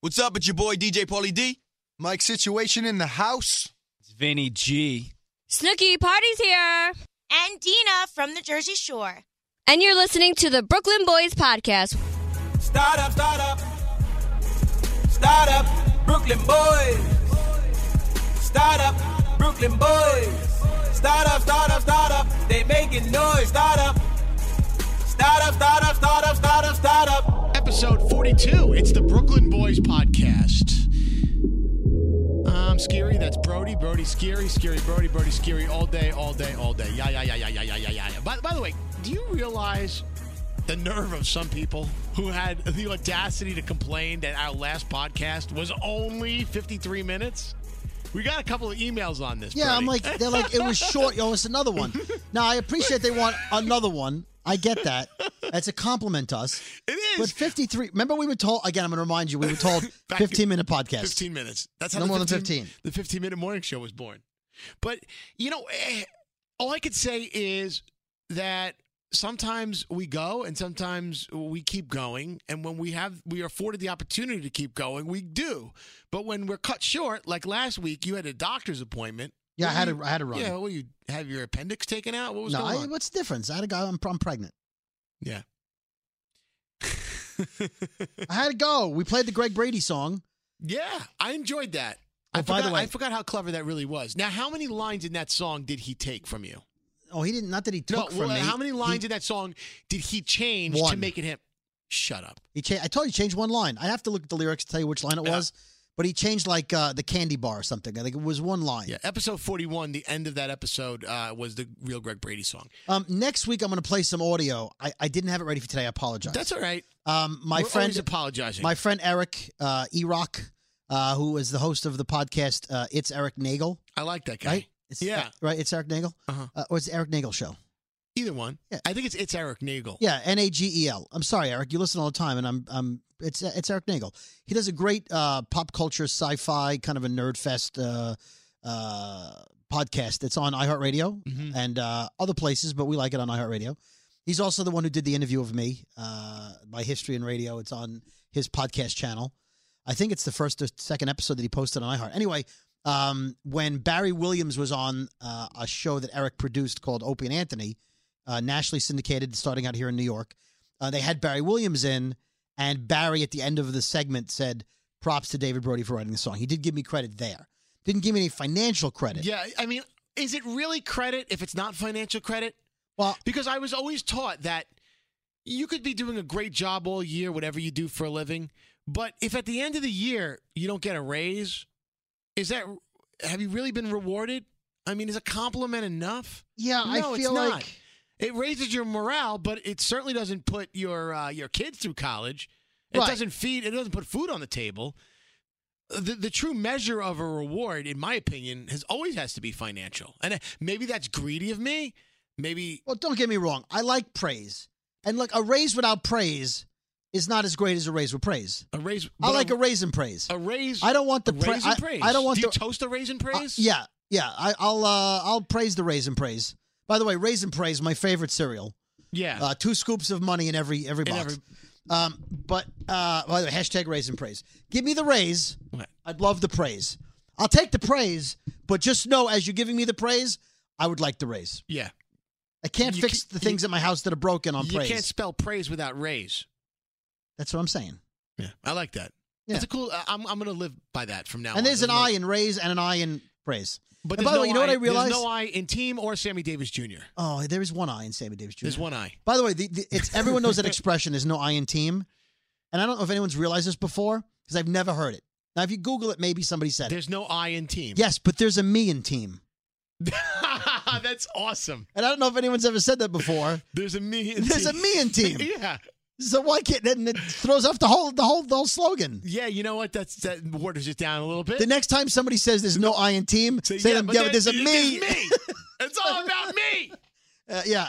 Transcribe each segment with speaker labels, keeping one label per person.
Speaker 1: What's up? It's your boy DJ Paulie D.
Speaker 2: Mike situation in the house.
Speaker 3: It's Vinny G.
Speaker 4: Snooky Party's here.
Speaker 5: and Dina from the Jersey Shore.
Speaker 4: And you're listening to the Brooklyn Boys Podcast.
Speaker 6: Start up, start up. Start up, Brooklyn boys. Start up, Brooklyn boys. Start up, start up, start up. They making noise. Start up. Start up, start up, start up, start up, start up.
Speaker 7: Episode 42. It's the Brooklyn Boys Podcast. I'm Scary. That's Brody. Brody Scary. Scary Brody. Brody Scary all day, all day, all day. Yeah, yeah, yeah, yeah, yeah, yeah, yeah, yeah. By, by the way, do you realize the nerve of some people who had the audacity to complain that our last podcast was only 53 minutes? We got a couple of emails on this.
Speaker 8: Yeah, I'm
Speaker 7: Brody.
Speaker 8: like they're like it was short. Yo, it's another one. Now I appreciate they want another one. I get that. That's a compliment to us.
Speaker 7: It is.
Speaker 8: But 53. Remember, we were told again. I'm going to remind you. We were told
Speaker 7: Back to-
Speaker 8: 15 minute podcast.
Speaker 7: 15 minutes. That's how
Speaker 8: No
Speaker 7: the
Speaker 8: more than 15.
Speaker 7: The 15 minute morning show was born. But, you know, eh, all I could say is that sometimes we go and sometimes we keep going. And when we have, we are afforded the opportunity to keep going, we do. But when we're cut short, like last week, you had a doctor's appointment.
Speaker 8: Yeah, I
Speaker 7: What
Speaker 8: had
Speaker 7: were
Speaker 8: to.
Speaker 7: you-
Speaker 8: I had to run.
Speaker 7: Mm-hmm. Yeah, well, you have your appendix taken out? What was
Speaker 8: no,
Speaker 7: going
Speaker 8: I,
Speaker 7: on?
Speaker 8: what's the difference? I had a guy. I'm, I'm pregnant.
Speaker 7: Yeah.
Speaker 8: I had to go. We played the Greg Brady song.
Speaker 7: yeah, I enjoyed that.
Speaker 8: Oh,
Speaker 7: I,
Speaker 8: by the
Speaker 7: forgot,
Speaker 8: way-
Speaker 7: I forgot how clever that really was. Now, how many lines in that song did he take from you?
Speaker 8: Oh, he didn't. Not that he
Speaker 7: No,
Speaker 8: took
Speaker 7: well,
Speaker 8: from me.
Speaker 7: how many lines
Speaker 8: He,
Speaker 7: in that song did he change to
Speaker 8: One.
Speaker 7: make it him? Shut up.
Speaker 8: he cha- I told you he changed one line. I have to look at the lyrics to tell you which line it
Speaker 7: Yeah.
Speaker 8: was. But he changed like uh, the candy bar or something. I think it was one line.
Speaker 7: Yeah, episode 41, the end of that episode uh, was the real Greg Brady song.
Speaker 8: Um, next week I'm going to play some audio. I, I didn't have it ready for today. I apologize.
Speaker 7: That's all right.
Speaker 8: Um, my
Speaker 7: We're
Speaker 8: friend,
Speaker 7: always apologizing.
Speaker 8: my friend Eric uh, Erock, uh, who is the host of the podcast. Uh, it's Eric Nagel,
Speaker 7: I like that guy.
Speaker 8: right? It's, uh,
Speaker 7: Yeah.
Speaker 8: right. It's Eric Nagel,
Speaker 7: Uh-huh.
Speaker 8: uh, or it's the Eric Nagel show.
Speaker 7: Either one.
Speaker 8: Yeah.
Speaker 7: I think it's it's Eric Nagel.
Speaker 8: Yeah, N A G E L. I'm sorry, Eric. You listen all the time, and I'm I'm. It's it's Eric Nagel. He does a great uh, pop culture, sci-fi, kind of a nerd fest uh, uh, podcast. It's on iHeartRadio
Speaker 7: Mhm.
Speaker 8: and uh, other places, but we like it on iHeartRadio. He's also the one who did the interview of me, uh, my history in radio. It's on his podcast channel. I think it's the first or second episode that he posted on iHeart. Anyway, um, when Barry Williams was on uh, a show that Eric produced called Opie and Anthony, uh, nationally syndicated, starting out here in New York, uh, they had Barry Williams in, and Barry at the end of the segment said, "Props to David Brody for writing the song." He did give me credit there. Didn't give me any financial credit.
Speaker 7: Yeah, I mean, is it really credit if it's not financial credit?
Speaker 8: Well,
Speaker 7: Because I was always taught that you could be doing a great job all year, whatever you do for a living, but if at the end of the year you don't get a raise, is that have you really been rewarded? I mean, is a compliment enough?
Speaker 8: yeah, I
Speaker 7: No,
Speaker 8: feel
Speaker 7: it's
Speaker 8: like.
Speaker 7: not. It raises your morale, but it certainly doesn't put your uh, your kids through college. It
Speaker 8: Right.
Speaker 7: doesn't feed. It doesn't put food on the table. The, the true measure of a reward, in my opinion, has always has to be financial. And uh, maybe that's greedy of me. Maybe
Speaker 8: Well, don't get me wrong. I like praise. And look, a raise without praise is not as great as a raise with praise.
Speaker 7: A raise.
Speaker 8: I
Speaker 7: but
Speaker 8: like a raise and praise.
Speaker 7: a raise.
Speaker 8: I don't want the
Speaker 7: a
Speaker 8: pra-
Speaker 7: raise and
Speaker 8: I-
Speaker 7: praise.
Speaker 8: I don't want
Speaker 7: Do you
Speaker 8: the-
Speaker 7: toast a raise and
Speaker 8: Uh,
Speaker 7: praise.
Speaker 8: yeah, yeah. I, I'll uh, I'll praise the raisin praise. By the way, raisin praise, my favorite cereal.
Speaker 7: yeah.
Speaker 8: Uh, two scoops of money in every every
Speaker 7: In
Speaker 8: box.
Speaker 7: every-
Speaker 8: um, but uh, by the way, hashtag raisin praise. Give me the raise.
Speaker 7: What?
Speaker 8: I'd love the praise. I'll take the praise, but just know as you're giving me the praise, I would like the raise.
Speaker 7: yeah.
Speaker 8: I can't
Speaker 7: You
Speaker 8: fix
Speaker 7: ca-
Speaker 8: the things at my house that are broken on
Speaker 7: You
Speaker 8: praise.
Speaker 7: can't spell praise without raise.
Speaker 8: That's what I'm saying.
Speaker 7: Yeah, I like that.
Speaker 8: Yeah.
Speaker 7: That's a cool. I- I'm I'm gonna live by that from now. on.
Speaker 8: and there's an
Speaker 7: no-
Speaker 8: I in raise and an I in praise.
Speaker 7: But
Speaker 8: and
Speaker 7: there's
Speaker 8: by the
Speaker 7: no
Speaker 8: way, you know what
Speaker 7: I-
Speaker 8: I realized?
Speaker 7: There's no I in team or Sammy Davis Jr.
Speaker 8: Oh, there is one I in Sammy Davis Jr.
Speaker 7: There's one I.
Speaker 8: By the way, the, the, it's everyone knows that expression. There's no I in team, and I don't know if anyone's realized this before because I've never heard it. Now, if you Google it, maybe somebody said
Speaker 7: There's no I in team.
Speaker 8: it. Yes, but there's a me in team,
Speaker 7: That's awesome.
Speaker 8: and I don't know if anyone's ever said that before.
Speaker 7: There's a me. In
Speaker 8: There's a
Speaker 7: team.
Speaker 8: me in team,
Speaker 7: yeah.
Speaker 8: so why can't and it throws off the whole the whole the whole slogan?
Speaker 7: Yeah. You know what? That's that waters it down a little bit.
Speaker 8: The next time somebody says there's no I in team, say, to them,
Speaker 7: but
Speaker 8: yeah,
Speaker 7: there-
Speaker 8: but there's a me.
Speaker 7: me. it's all about me.
Speaker 8: Uh, yeah,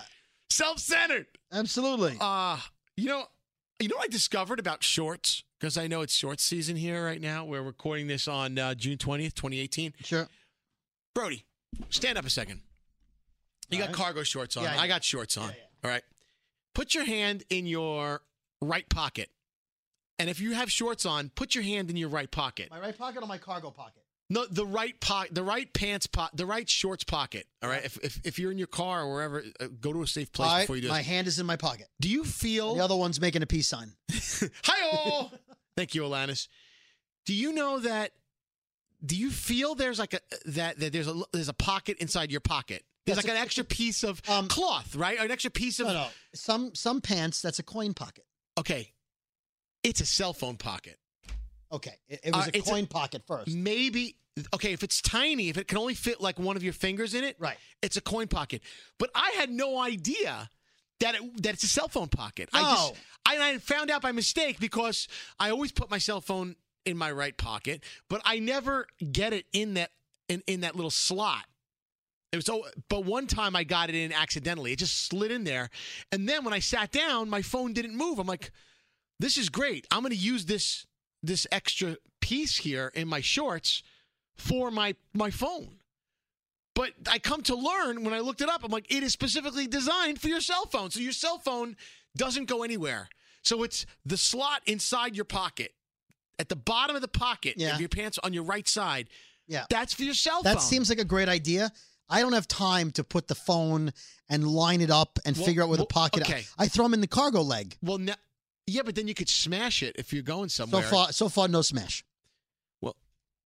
Speaker 7: Self-centered.
Speaker 8: absolutely.
Speaker 7: Uh, you know, you know what I discovered about shorts because I know it's shorts season here right now. We're recording this on uh, June twentieth, twenty eighteen.
Speaker 8: sure.
Speaker 7: Brody, stand up a second. You got
Speaker 8: All right.
Speaker 7: cargo shorts on.
Speaker 8: Yeah, I
Speaker 7: I
Speaker 8: do.
Speaker 7: got shorts on. All right. Put your hand in your right pocket And if you have shorts on, put your hand in your right pocket.
Speaker 8: My right pocket or my cargo pocket?
Speaker 7: No, the right po- the right pants po- the right shorts pocket. All right. If, if if you're in your car or wherever, uh, go to a safe place
Speaker 8: All right,
Speaker 7: before you do. Oh.
Speaker 8: my
Speaker 7: this.
Speaker 8: hand is in my pocket.
Speaker 7: Do you
Speaker 8: The
Speaker 7: feel?
Speaker 8: other one's making a peace sign.
Speaker 7: Hi Thank you, Alanis. Do you know that? Do you feel there's like a that that there's a there's a pocket inside your pocket? There's
Speaker 8: That's
Speaker 7: like
Speaker 8: a-
Speaker 7: an extra piece of
Speaker 8: Um,
Speaker 7: cloth, right? Or an extra piece of
Speaker 8: No, no. Some some pants that's a coin pocket.
Speaker 7: okay. It's a cell phone pocket.
Speaker 8: Okay, it, it was
Speaker 7: Uh,
Speaker 8: a
Speaker 7: it's a-
Speaker 8: coin pocket first.
Speaker 7: Maybe okay if it's tiny, if it can only fit like one of your fingers in it,
Speaker 8: Right.
Speaker 7: It's a coin pocket. But I had no idea that it, that it's a cell phone pocket. I just
Speaker 8: No.
Speaker 7: I, I found out by mistake because I always put my cell phone in my right pocket, but I never get it in that in, in that little slot. It was so, but one time I got it in accidentally. It just slid in there, and then when I sat down, my phone didn't move. I'm like, "This is great. I'm going to use this this extra piece here in my shorts for my my phone." But I come to learn when I looked it up, I'm like, it is specifically designed for your cell phone. So your cell phone doesn't go anywhere. So it's the slot inside your pocket, at the bottom of the pocket
Speaker 8: Yeah.
Speaker 7: of your pants on your right side.
Speaker 8: Yeah.
Speaker 7: That's for your cell phone.
Speaker 8: That seems like a great idea. I don't have time to put the phone and line it up and
Speaker 7: Well,
Speaker 8: figure out where the
Speaker 7: well,
Speaker 8: pocket.
Speaker 7: okay.
Speaker 8: I throw them in the cargo leg.
Speaker 7: Well, no, yeah, but then you could smash it if you're going
Speaker 8: So
Speaker 7: somewhere.
Speaker 8: far, so far, no smash.
Speaker 7: Well,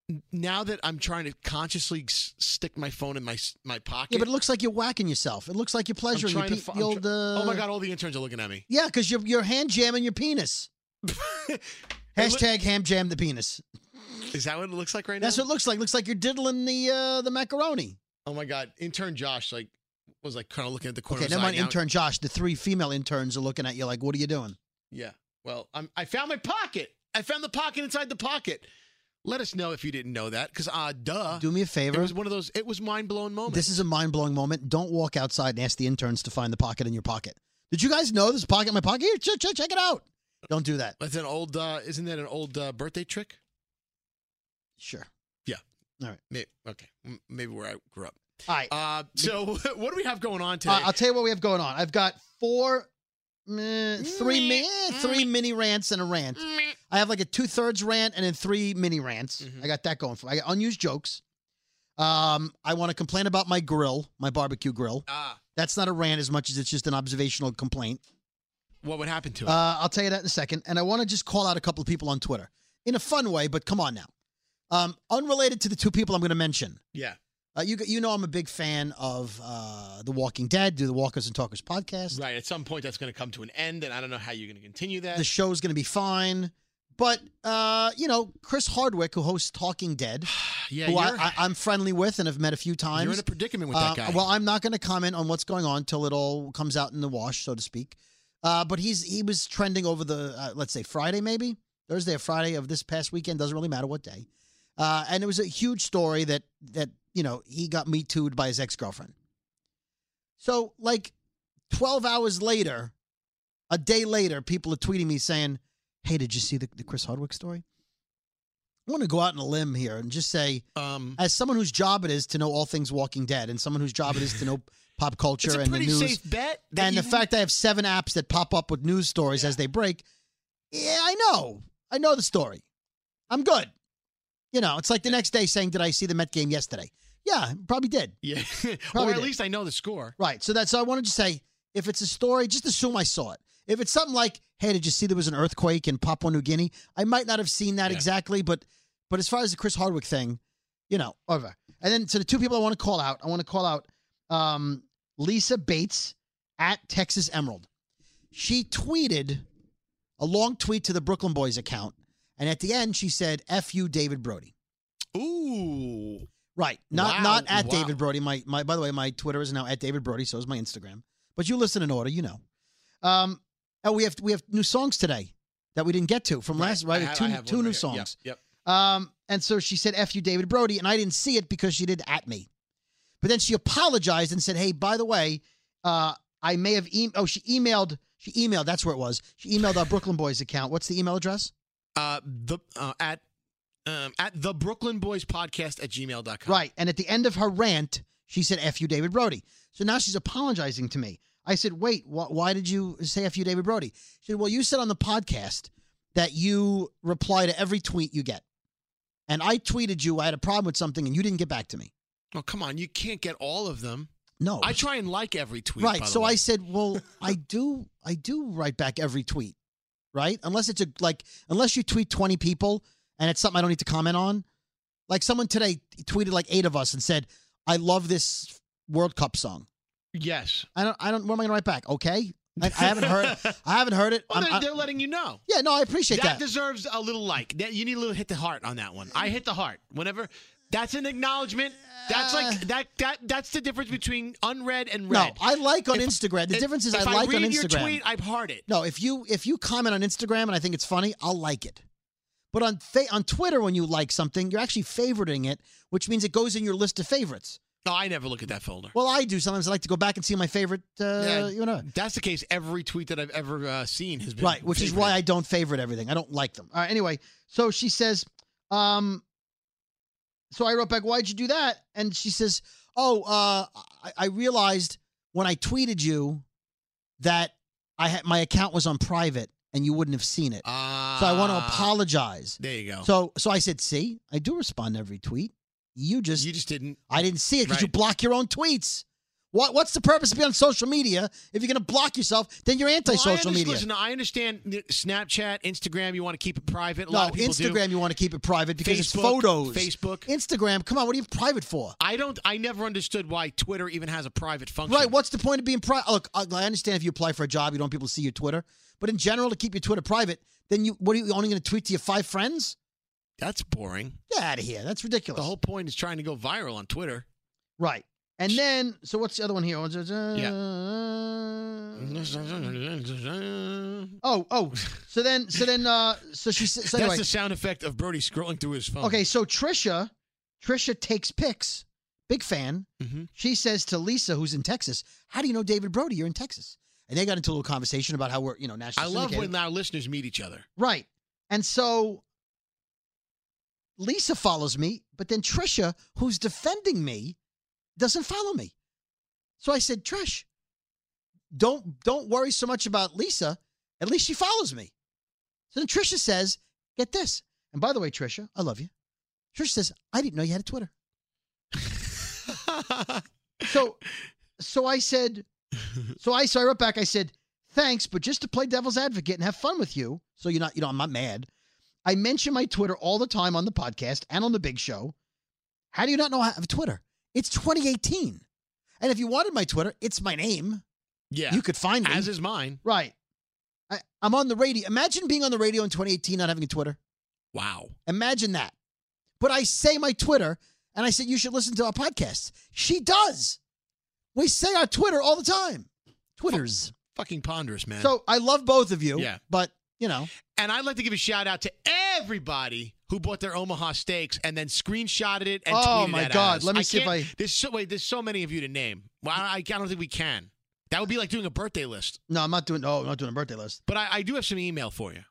Speaker 7: n- now that I'm trying to consciously s- stick my phone in my s- my pocket.
Speaker 8: Yeah, but it looks like you're whacking yourself. It looks like you're
Speaker 7: I'm
Speaker 8: pleasuring your
Speaker 7: trying to
Speaker 8: pe-
Speaker 7: fi-
Speaker 8: the
Speaker 7: I'm
Speaker 8: old.
Speaker 7: try-
Speaker 8: uh,
Speaker 7: oh my god! All the interns are looking at me.
Speaker 8: Yeah, because you're you're hand jamming your penis.
Speaker 7: It loo-
Speaker 8: Hashtag ham jam the penis.
Speaker 7: is that what it looks like right
Speaker 8: That's
Speaker 7: now?
Speaker 8: what it looks like. Looks like you're diddling the uh, the macaroni.
Speaker 7: oh my god! Intern Josh like was like kind of looking at the corner.
Speaker 8: Okay,
Speaker 7: of his
Speaker 8: never
Speaker 7: eye
Speaker 8: mind.
Speaker 7: now.
Speaker 8: Intern Josh, the three female interns are looking at you like, "What are you doing?"
Speaker 7: Yeah. Well, I'm, I found my pocket. I found the pocket inside the pocket. Let us know if you didn't know that, because uh, duh.
Speaker 8: Do me a
Speaker 7: it
Speaker 8: favor.
Speaker 7: was one of those. It was mind blowing moments.
Speaker 8: This is a mind blowing moment. Don't walk outside and ask the interns to find the pocket in your pocket. Did you guys know this pocket in my pocket? Here, check, check, check it out. Don't do that.
Speaker 7: That's an old. Uh, isn't that an old uh, birthday trick?
Speaker 8: Sure.
Speaker 7: Maybe, okay, M- maybe where I grew up.
Speaker 8: All right.
Speaker 7: Uh, so what do we have going on today?
Speaker 8: Uh, I'll tell you what we have going on. I've got four, meh,
Speaker 7: Mm,
Speaker 8: three, mi- eh, three mini rants and a rant. I have like a two thirds rant and then three mini rants.
Speaker 7: Mhm.
Speaker 8: I got that going for. I got unused jokes. Um, I want to complain about my grill, my barbecue grill.
Speaker 7: ah,
Speaker 8: That's not a rant as much as it's just an observational complaint.
Speaker 7: what would happen to it?
Speaker 8: Uh, I'll tell you that in a second. And I want to just call out a couple of people on Twitter in a fun way, but come on now. Um, unrelated to the two people I'm going to mention.
Speaker 7: yeah,
Speaker 8: Uh, you you know I'm a big fan of uh, The Walking Dead, do the Walkers and Talkers podcast.
Speaker 7: right. At some point, that's going to come to an end, and I don't know how you're going to continue that.
Speaker 8: The show's going to be fine. But, uh, you know, Chris Hardwick, who hosts Talking Dead,
Speaker 7: yeah,
Speaker 8: who
Speaker 7: you're,
Speaker 8: I, I, I'm friendly with and have met a few times.
Speaker 7: you're in a predicament with
Speaker 8: Uh,
Speaker 7: that guy.
Speaker 8: Well, I'm not going to comment on what's going on till it all comes out in the wash, so to speak. Uh, but he's he was trending over the uh, let's say Friday, maybe Thursday or Friday of this past weekend. Doesn't really matter what day. Uh, and it was a huge story that that you know he got me tooed by his ex girlfriend. So like twelve hours later, a day later, people are tweeting me saying, "Hey, did you see the, the Chris Hardwick story?" I want to go out on a limb here and just say
Speaker 7: um,
Speaker 8: as someone whose job it is to know all things Walking Dead, and someone whose job it is to know pop
Speaker 7: it's
Speaker 8: culture
Speaker 7: a
Speaker 8: and the
Speaker 7: pretty
Speaker 8: news,
Speaker 7: safe bet. that
Speaker 8: and
Speaker 7: you-
Speaker 8: the fact I have seven apps that pop up with news stories as they break, yeah, I know, I know the story. I'm good. You know, it's like the next day saying, "Did I see the Met game yesterday?" Yeah, probably did.
Speaker 7: yeah, or
Speaker 8: Probably
Speaker 7: at
Speaker 8: did.
Speaker 7: least I know the score.
Speaker 8: Right. So that's so I wanted to say if it's a story, just assume I saw it. If it's something like, hey, did you see there was an earthquake in Papua New Guinea? I might not have seen that
Speaker 7: Yeah.
Speaker 8: exactly, but but as far as the Chris Hardwick thing, you know, over. And then so the two people I want to call out, I want to call out um, Lisa Bates at Texas Emerald. She tweeted a long tweet to the Brooklyn Boys account, and at the end she said, F you David Brody.
Speaker 7: Ooh,
Speaker 8: Right. Not
Speaker 7: Wow.
Speaker 8: not at
Speaker 7: Wow.
Speaker 8: David Brody. My my by the way, my Twitter is now at David Brody, so is my Instagram. But you listen in order, you know. Um and we have we have new songs today that we didn't get to from last right,
Speaker 7: I have-
Speaker 8: two
Speaker 7: I have
Speaker 8: two
Speaker 7: one
Speaker 8: new
Speaker 7: right here.
Speaker 8: songs.
Speaker 7: Yep, Yep.
Speaker 8: Um, and so she said, F you, David Brody. And I didn't see it because she did at me. But then she apologized and said, Hey, by the way, uh, I may have em oh, she emailed, she emailed, that's where it was. She emailed our Brooklyn Boys account. What's the email address?
Speaker 7: Uh, the uh, at um, at the Brooklyn Boys Podcast at gmail.com.
Speaker 8: Right. And at the end of her rant, she said, F you, David Brody. So now she's apologizing to me. I said, Wait, wh- why did you say F you, David Brody? She said, Well, you said on the podcast that you reply to every tweet you get. And I tweeted you, I had a problem with something, and you didn't get back to me.
Speaker 7: Oh, come on. You can't get all of them.
Speaker 8: No.
Speaker 7: I try and like every tweet. by
Speaker 8: Oh. right.
Speaker 7: the
Speaker 8: So
Speaker 7: way.
Speaker 8: I said, well, I do, I do write back every tweet, right? Unless it's a, like, unless you tweet 20 people and it's something I don't need to comment on. Like someone today tweeted like eight of us and said, I love this World Cup song.
Speaker 7: Yes.
Speaker 8: I don't, I don't, what am I going to write back? Okay. I, I haven't heard, I haven't heard it.
Speaker 7: Well,
Speaker 8: I'm-
Speaker 7: they're,
Speaker 8: I-
Speaker 7: they're letting you know.
Speaker 8: yeah, no, I appreciate
Speaker 7: That,
Speaker 8: that.
Speaker 7: deserves a little like. That, you need a little hit the heart on that one. I hit the heart. Whenever that's an acknowledgement. That's like that that that's the difference between unread and
Speaker 8: Uh. no,
Speaker 7: read.
Speaker 8: I like on
Speaker 7: If-
Speaker 8: Instagram. The
Speaker 7: if-
Speaker 8: difference is
Speaker 7: if
Speaker 8: I like
Speaker 7: read
Speaker 8: on
Speaker 7: your
Speaker 8: Instagram.
Speaker 7: tweet, I heart it.
Speaker 8: No, if you if you comment on Instagram and I think it's funny, I'll like it. But on fa- on Twitter, when you like something, you're actually favoriting it, which means it goes in your list of favorites.
Speaker 7: No, I never look at that folder.
Speaker 8: Well, I do sometimes. I like to go back and see my favorite. Uh,
Speaker 7: Yeah.
Speaker 8: you know,
Speaker 7: That's the case. Every tweet that I've ever uh, seen has been
Speaker 8: right? Which is
Speaker 7: favorited.
Speaker 8: why I don't favorite everything. I don't like them. All right. Anyway, so she says, um, so I wrote back, "Why'd you do that?" And she says, "Oh, uh, I, I realized when I tweeted you that I had my account was on private and you wouldn't have seen it."
Speaker 7: Ah,
Speaker 8: So I want to apologize.
Speaker 7: There you go.
Speaker 8: So so I said, see, I do respond to every tweet. You just,
Speaker 7: you just didn't.
Speaker 8: I didn't see it because you
Speaker 7: Right.
Speaker 8: block your own tweets. What what's the purpose of being on social media if you're gonna block yourself? Then you're
Speaker 7: Well, I
Speaker 8: anti-social
Speaker 7: understand-
Speaker 8: media.
Speaker 7: Listen, I understand that Snapchat, Instagram. You want to keep it private. A
Speaker 8: no,
Speaker 7: lot of people do.
Speaker 8: Instagram you want to keep it private because it's
Speaker 7: Facebook,
Speaker 8: photos.
Speaker 7: Facebook.
Speaker 8: Instagram. Come on, what are you private for?
Speaker 7: I don't. I never understood why Twitter even has a private function.
Speaker 8: Right. What's the point of being private? Look, I I understand if you apply for a job, you don't want people to see your Twitter. But in general, to keep your Twitter private, then you what are you only going to tweet to your five friends?
Speaker 7: That's boring.
Speaker 8: Get out of here. That's ridiculous.
Speaker 7: The whole point is trying to go viral on Twitter.
Speaker 8: Right. And then, so what's the other one here? Oh, oh. So then, so then, uh, so she says, so
Speaker 7: That's
Speaker 8: anyway.
Speaker 7: the sound effect of Brody scrolling through his phone.
Speaker 8: Okay, so Trisha, Trisha takes pics. Big fan.
Speaker 7: Mhm.
Speaker 8: She says to Lisa, who's in Texas, "How do you know David Brody? You're in Texas." And they got into a little conversation about how we're, you know,
Speaker 7: I
Speaker 8: national.
Speaker 7: love when our listeners meet each other.
Speaker 8: Right. And so Lisa follows me, but then Trisha, who's defending me, doesn't follow me. So I said, Trish, don't don't worry so much about Lisa. At least she follows me. So then Trisha says, get this. And by the way, Trisha, I love you. Trisha says, I didn't know you had a Twitter. So so I said, so I so I wrote back, I said, thanks, but just to play devil's advocate and have fun with you. So you're not, you know, I'm not mad. I mention my Twitter all the time on the podcast and on the big show. How do you not know I have Twitter? It's 2018. And if you wanted my Twitter, it's my name.
Speaker 7: yeah,
Speaker 8: You could find me.
Speaker 7: as is mine.
Speaker 8: right. I, I'm on the radio. Imagine being on the radio in 2018, not having a Twitter.
Speaker 7: Wow.
Speaker 8: Imagine that. But I say my Twitter and I said, you should listen to our podcasts. She does. We say our Twitter all the time. Twitters.
Speaker 7: Fucking ponderous, man.
Speaker 8: So I love both of you.
Speaker 7: Yeah.
Speaker 8: But, you know,
Speaker 7: And I'd like to give a shout out to everybody who bought their Omaha steaks and then screenshotted it and
Speaker 8: Oh,
Speaker 7: tweeted
Speaker 8: my
Speaker 7: at
Speaker 8: God.
Speaker 7: us.
Speaker 8: Let me see if
Speaker 7: can't-
Speaker 8: I-
Speaker 7: There's so wait. There's so many of you to name. Well, I, I don't think we can. That would be like doing a birthday list.
Speaker 8: no, I'm not doing, oh, I'm not doing a birthday list.
Speaker 7: But I, I do have some email for you.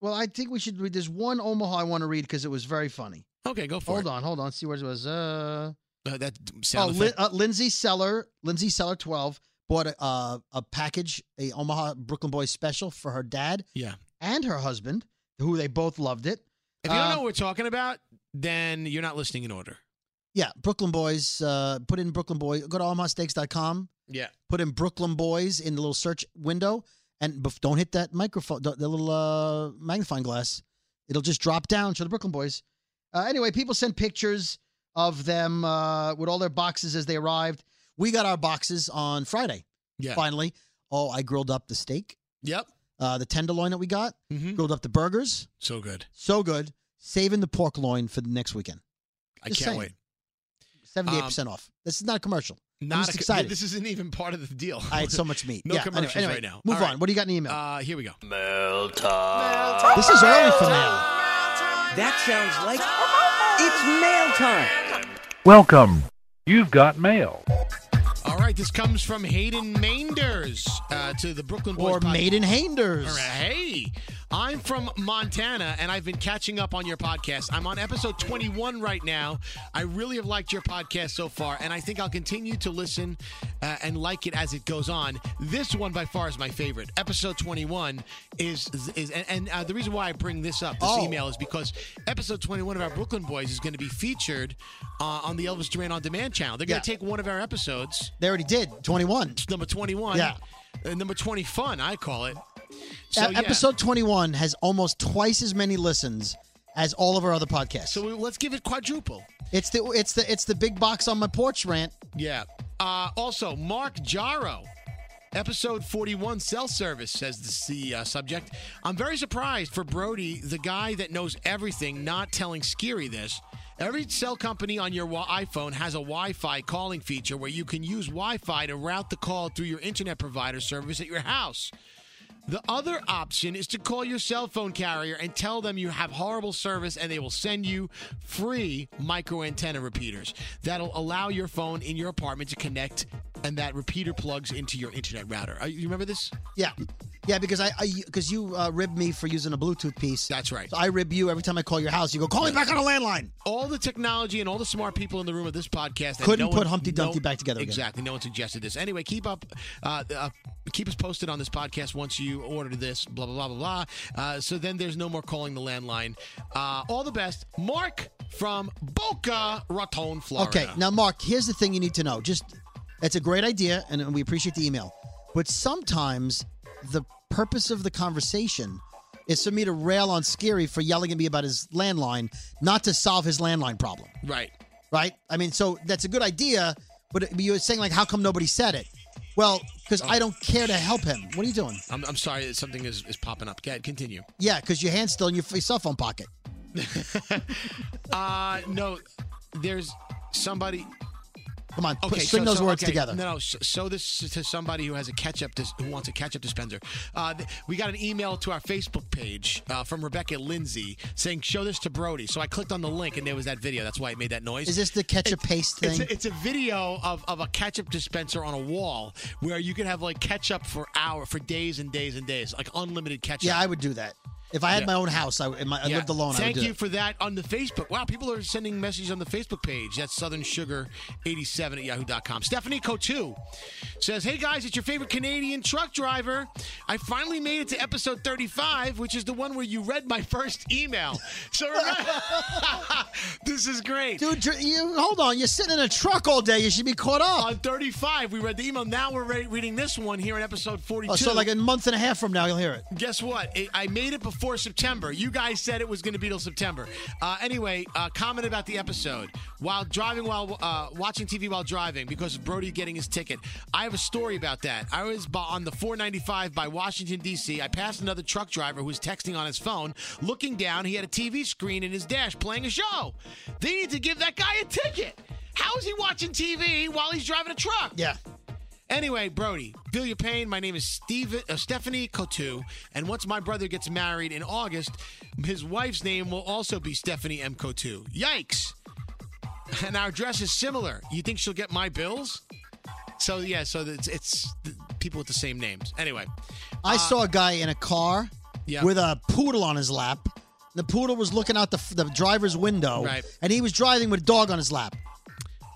Speaker 8: Well, I think we should read. There's one Omaha I want to read because it was very funny.
Speaker 7: Okay, go for
Speaker 8: hold
Speaker 7: it.
Speaker 8: on, hold on. See where it was. Uh,
Speaker 7: Uh, that
Speaker 8: oh,
Speaker 7: sound
Speaker 8: Lin-
Speaker 7: effect.
Speaker 8: uh, Lindsay Seller, Lindsay Seller 12 bought a, uh, a package, a Omaha Brooklyn Boys special for her dad
Speaker 7: yeah.
Speaker 8: and her husband, who they both loved it.
Speaker 7: If you don't
Speaker 8: uh,
Speaker 7: know what we're talking about, then you're not listening in order.
Speaker 8: Yeah, Brooklyn Boys. Uh, put in Brooklyn Boys. Go to omahasteaks.com.
Speaker 7: Yeah.
Speaker 8: Put in Brooklyn Boys in the little search window, and bef- don't hit that microphone, the, the little uh, magnifying glass. It'll just drop down. Show the Brooklyn Boys. Uh, anyway, people sent pictures of them uh, with all their boxes as they arrived. We got our boxes on Friday.
Speaker 7: Yeah.
Speaker 8: Finally. Oh, I grilled up the steak,
Speaker 7: Yep.
Speaker 8: uh, the tenderloin that we got.
Speaker 7: hmm
Speaker 8: Grilled up the burgers.
Speaker 7: So good.
Speaker 8: So good. Saving the pork loin for the next weekend.
Speaker 7: I
Speaker 8: Just
Speaker 7: can't
Speaker 8: saying.
Speaker 7: wait.
Speaker 8: Seventy-eight
Speaker 7: Um,
Speaker 8: percent off. This is not a commercial. just
Speaker 7: a-
Speaker 8: excited.
Speaker 7: This isn't even part of the deal.
Speaker 8: I had so much meat.
Speaker 7: No
Speaker 8: yeah,
Speaker 7: commercials
Speaker 8: anyway, anyway,
Speaker 7: right now.
Speaker 8: Move
Speaker 7: All right.
Speaker 8: on. What do you got in the email?
Speaker 7: uh, here we go.
Speaker 8: this is early for mail.
Speaker 6: That sounds like
Speaker 9: Welcome. You've got mail.
Speaker 7: All right, this comes from Hayden Mainders uh, to the Brooklyn Boys
Speaker 8: Or
Speaker 7: Pod-
Speaker 8: Maiden Hainders.
Speaker 7: All right, Hey, I'm from Montana, and I've been catching up on your podcast. I'm on episode 21 right now. I really have liked your podcast so far, and I think I'll continue to listen uh, and like it as it goes on. This one by far is my favorite. Episode 21 is is, and, and uh, the reason why I bring this up, this
Speaker 8: Oh.
Speaker 7: email, is because episode 21 of our Brooklyn Boys is going to be featured uh, on the Elvis Duran on Demand channel. They're going
Speaker 8: Yeah.
Speaker 7: to take one of our episodes
Speaker 8: They already did. 21.
Speaker 7: number 21.
Speaker 8: Yeah.
Speaker 7: Uh, number 20 fun, I call it. So,
Speaker 8: E-
Speaker 7: yeah.
Speaker 8: Episode 21 has almost twice as many listens as all of our other podcasts.
Speaker 7: So we, let's give it quadruple.
Speaker 8: it's the it's the it's the big box on my porch rant.
Speaker 7: Yeah. Uh, also, Mark Jaro, episode 41, Cell Service, says this, the uh, subject. I'm very surprised for Brody, the guy that knows everything, not telling Skiri this. Every cell company on your wa- iPhone has a Wi Fi calling feature where you can use Wi Fi to route the call through your internet provider service at your house. The other option is to call your cell phone carrier and tell them you have horrible service and they will send you free micro antenna repeaters that'll allow your phone in your apartment to connect and that repeater plugs into your internet router. Uh, you remember this?
Speaker 8: Yeah. Yeah, because I because you uh, ribbed me for using a Bluetooth piece.
Speaker 7: That's right.
Speaker 8: So I rib you every time I call your house. You go, call me back on a landline.
Speaker 7: all the technology and all the smart people in the room of this podcast and
Speaker 8: Couldn't
Speaker 7: no
Speaker 8: put
Speaker 7: one-
Speaker 8: Humpty Dumpty
Speaker 7: no-
Speaker 8: back together again.
Speaker 7: Exactly. No one suggested this. Anyway, keep up, uh, uh, keep us posted on this podcast once you order this. Blah blah blah blah blah. Uh, so then there's no more calling the landline. Uh, all the best, Mark from Boca Raton, Florida.
Speaker 8: Okay, now Mark, here's the thing you need to know. Just that's a great idea, and we appreciate the email. But sometimes the purpose of the conversation is for me to rail on Scary for yelling at me about his landline, not to solve his landline problem.
Speaker 7: right.
Speaker 8: Right? I mean, so that's a good idea, but it- you were saying like, how come nobody said it? Well, because I don't care to help him. What are you doing?
Speaker 7: I'm, I'm sorry that something is, is popping up. Go ahead, continue.
Speaker 8: Yeah, because your hand's still in your, f- your cell phone pocket.
Speaker 7: Uh, no, there's somebody.
Speaker 8: Come on,
Speaker 7: Okay,
Speaker 8: put, string
Speaker 7: so-
Speaker 8: those
Speaker 7: so-
Speaker 8: words
Speaker 7: okay,
Speaker 8: together.
Speaker 7: No, no, s- show this to somebody who has a ketchup dis- who wants a ketchup dispenser. Uh, th- we got an email to our Facebook page uh, from Rebecca Lindsay saying, "Show this to Brody." So I clicked on the link, and there was that video. That's why it made that noise.
Speaker 8: Is this the ketchup paste
Speaker 7: It's
Speaker 8: thing?
Speaker 7: a, it's a video of, of a ketchup dispenser on a wall where you could have like ketchup for hour for days and days and days, like unlimited ketchup.
Speaker 8: yeah, I would do that. If I had
Speaker 7: Yeah.
Speaker 8: my own house, I, and my, I
Speaker 7: Yeah.
Speaker 8: lived alone. I would
Speaker 7: Thank
Speaker 8: do
Speaker 7: you
Speaker 8: that.
Speaker 7: for that on the Facebook. Wow, people are sending messages on the Facebook page. That's Southern Sugar 87 at yahoo.com. Stephanie Cotu says, Hey guys, it's your favorite Canadian truck driver. I finally made it to episode 35, which is the one where you read my first email. So remember, this is great.
Speaker 8: Dude, dr- you hold on. You're sitting in a truck all day. You should be caught up.
Speaker 7: On 35, we read the email. Now we're re- reading this one here in episode 42.
Speaker 8: Oh, so like a month and a half from now, you'll hear it.
Speaker 7: Guess what? It, I made it before September. You guys said it was going to be till September. Uh, anyway, uh, comment about the episode while driving, while uh, watching TV while driving, because of Brody getting his ticket. I have a story about that. I was bu- on the 495 by Washington D.C. I passed another truck driver who was texting on his phone. Looking down, he had a TV screen in his dash playing a show. They need to give that guy a ticket. How is he watching TV while he's driving a truck?
Speaker 8: Yeah.
Speaker 7: Anyway, Brody, feel your pain. My name is Steve, uh, Stephanie Cotu, and once my brother gets married in August, his wife's name will also be Stephanie M. Cotu. Yikes! And our dress is similar. You think she'll get my bills? So yeah, so it's, it's the people with the same names. Anyway,
Speaker 8: I saw a guy in a car
Speaker 7: Uh, Yeah.
Speaker 8: with a poodle on his lap. The poodle was looking out the, f- the driver's window,
Speaker 7: Right.
Speaker 8: and he was driving with a dog on his lap.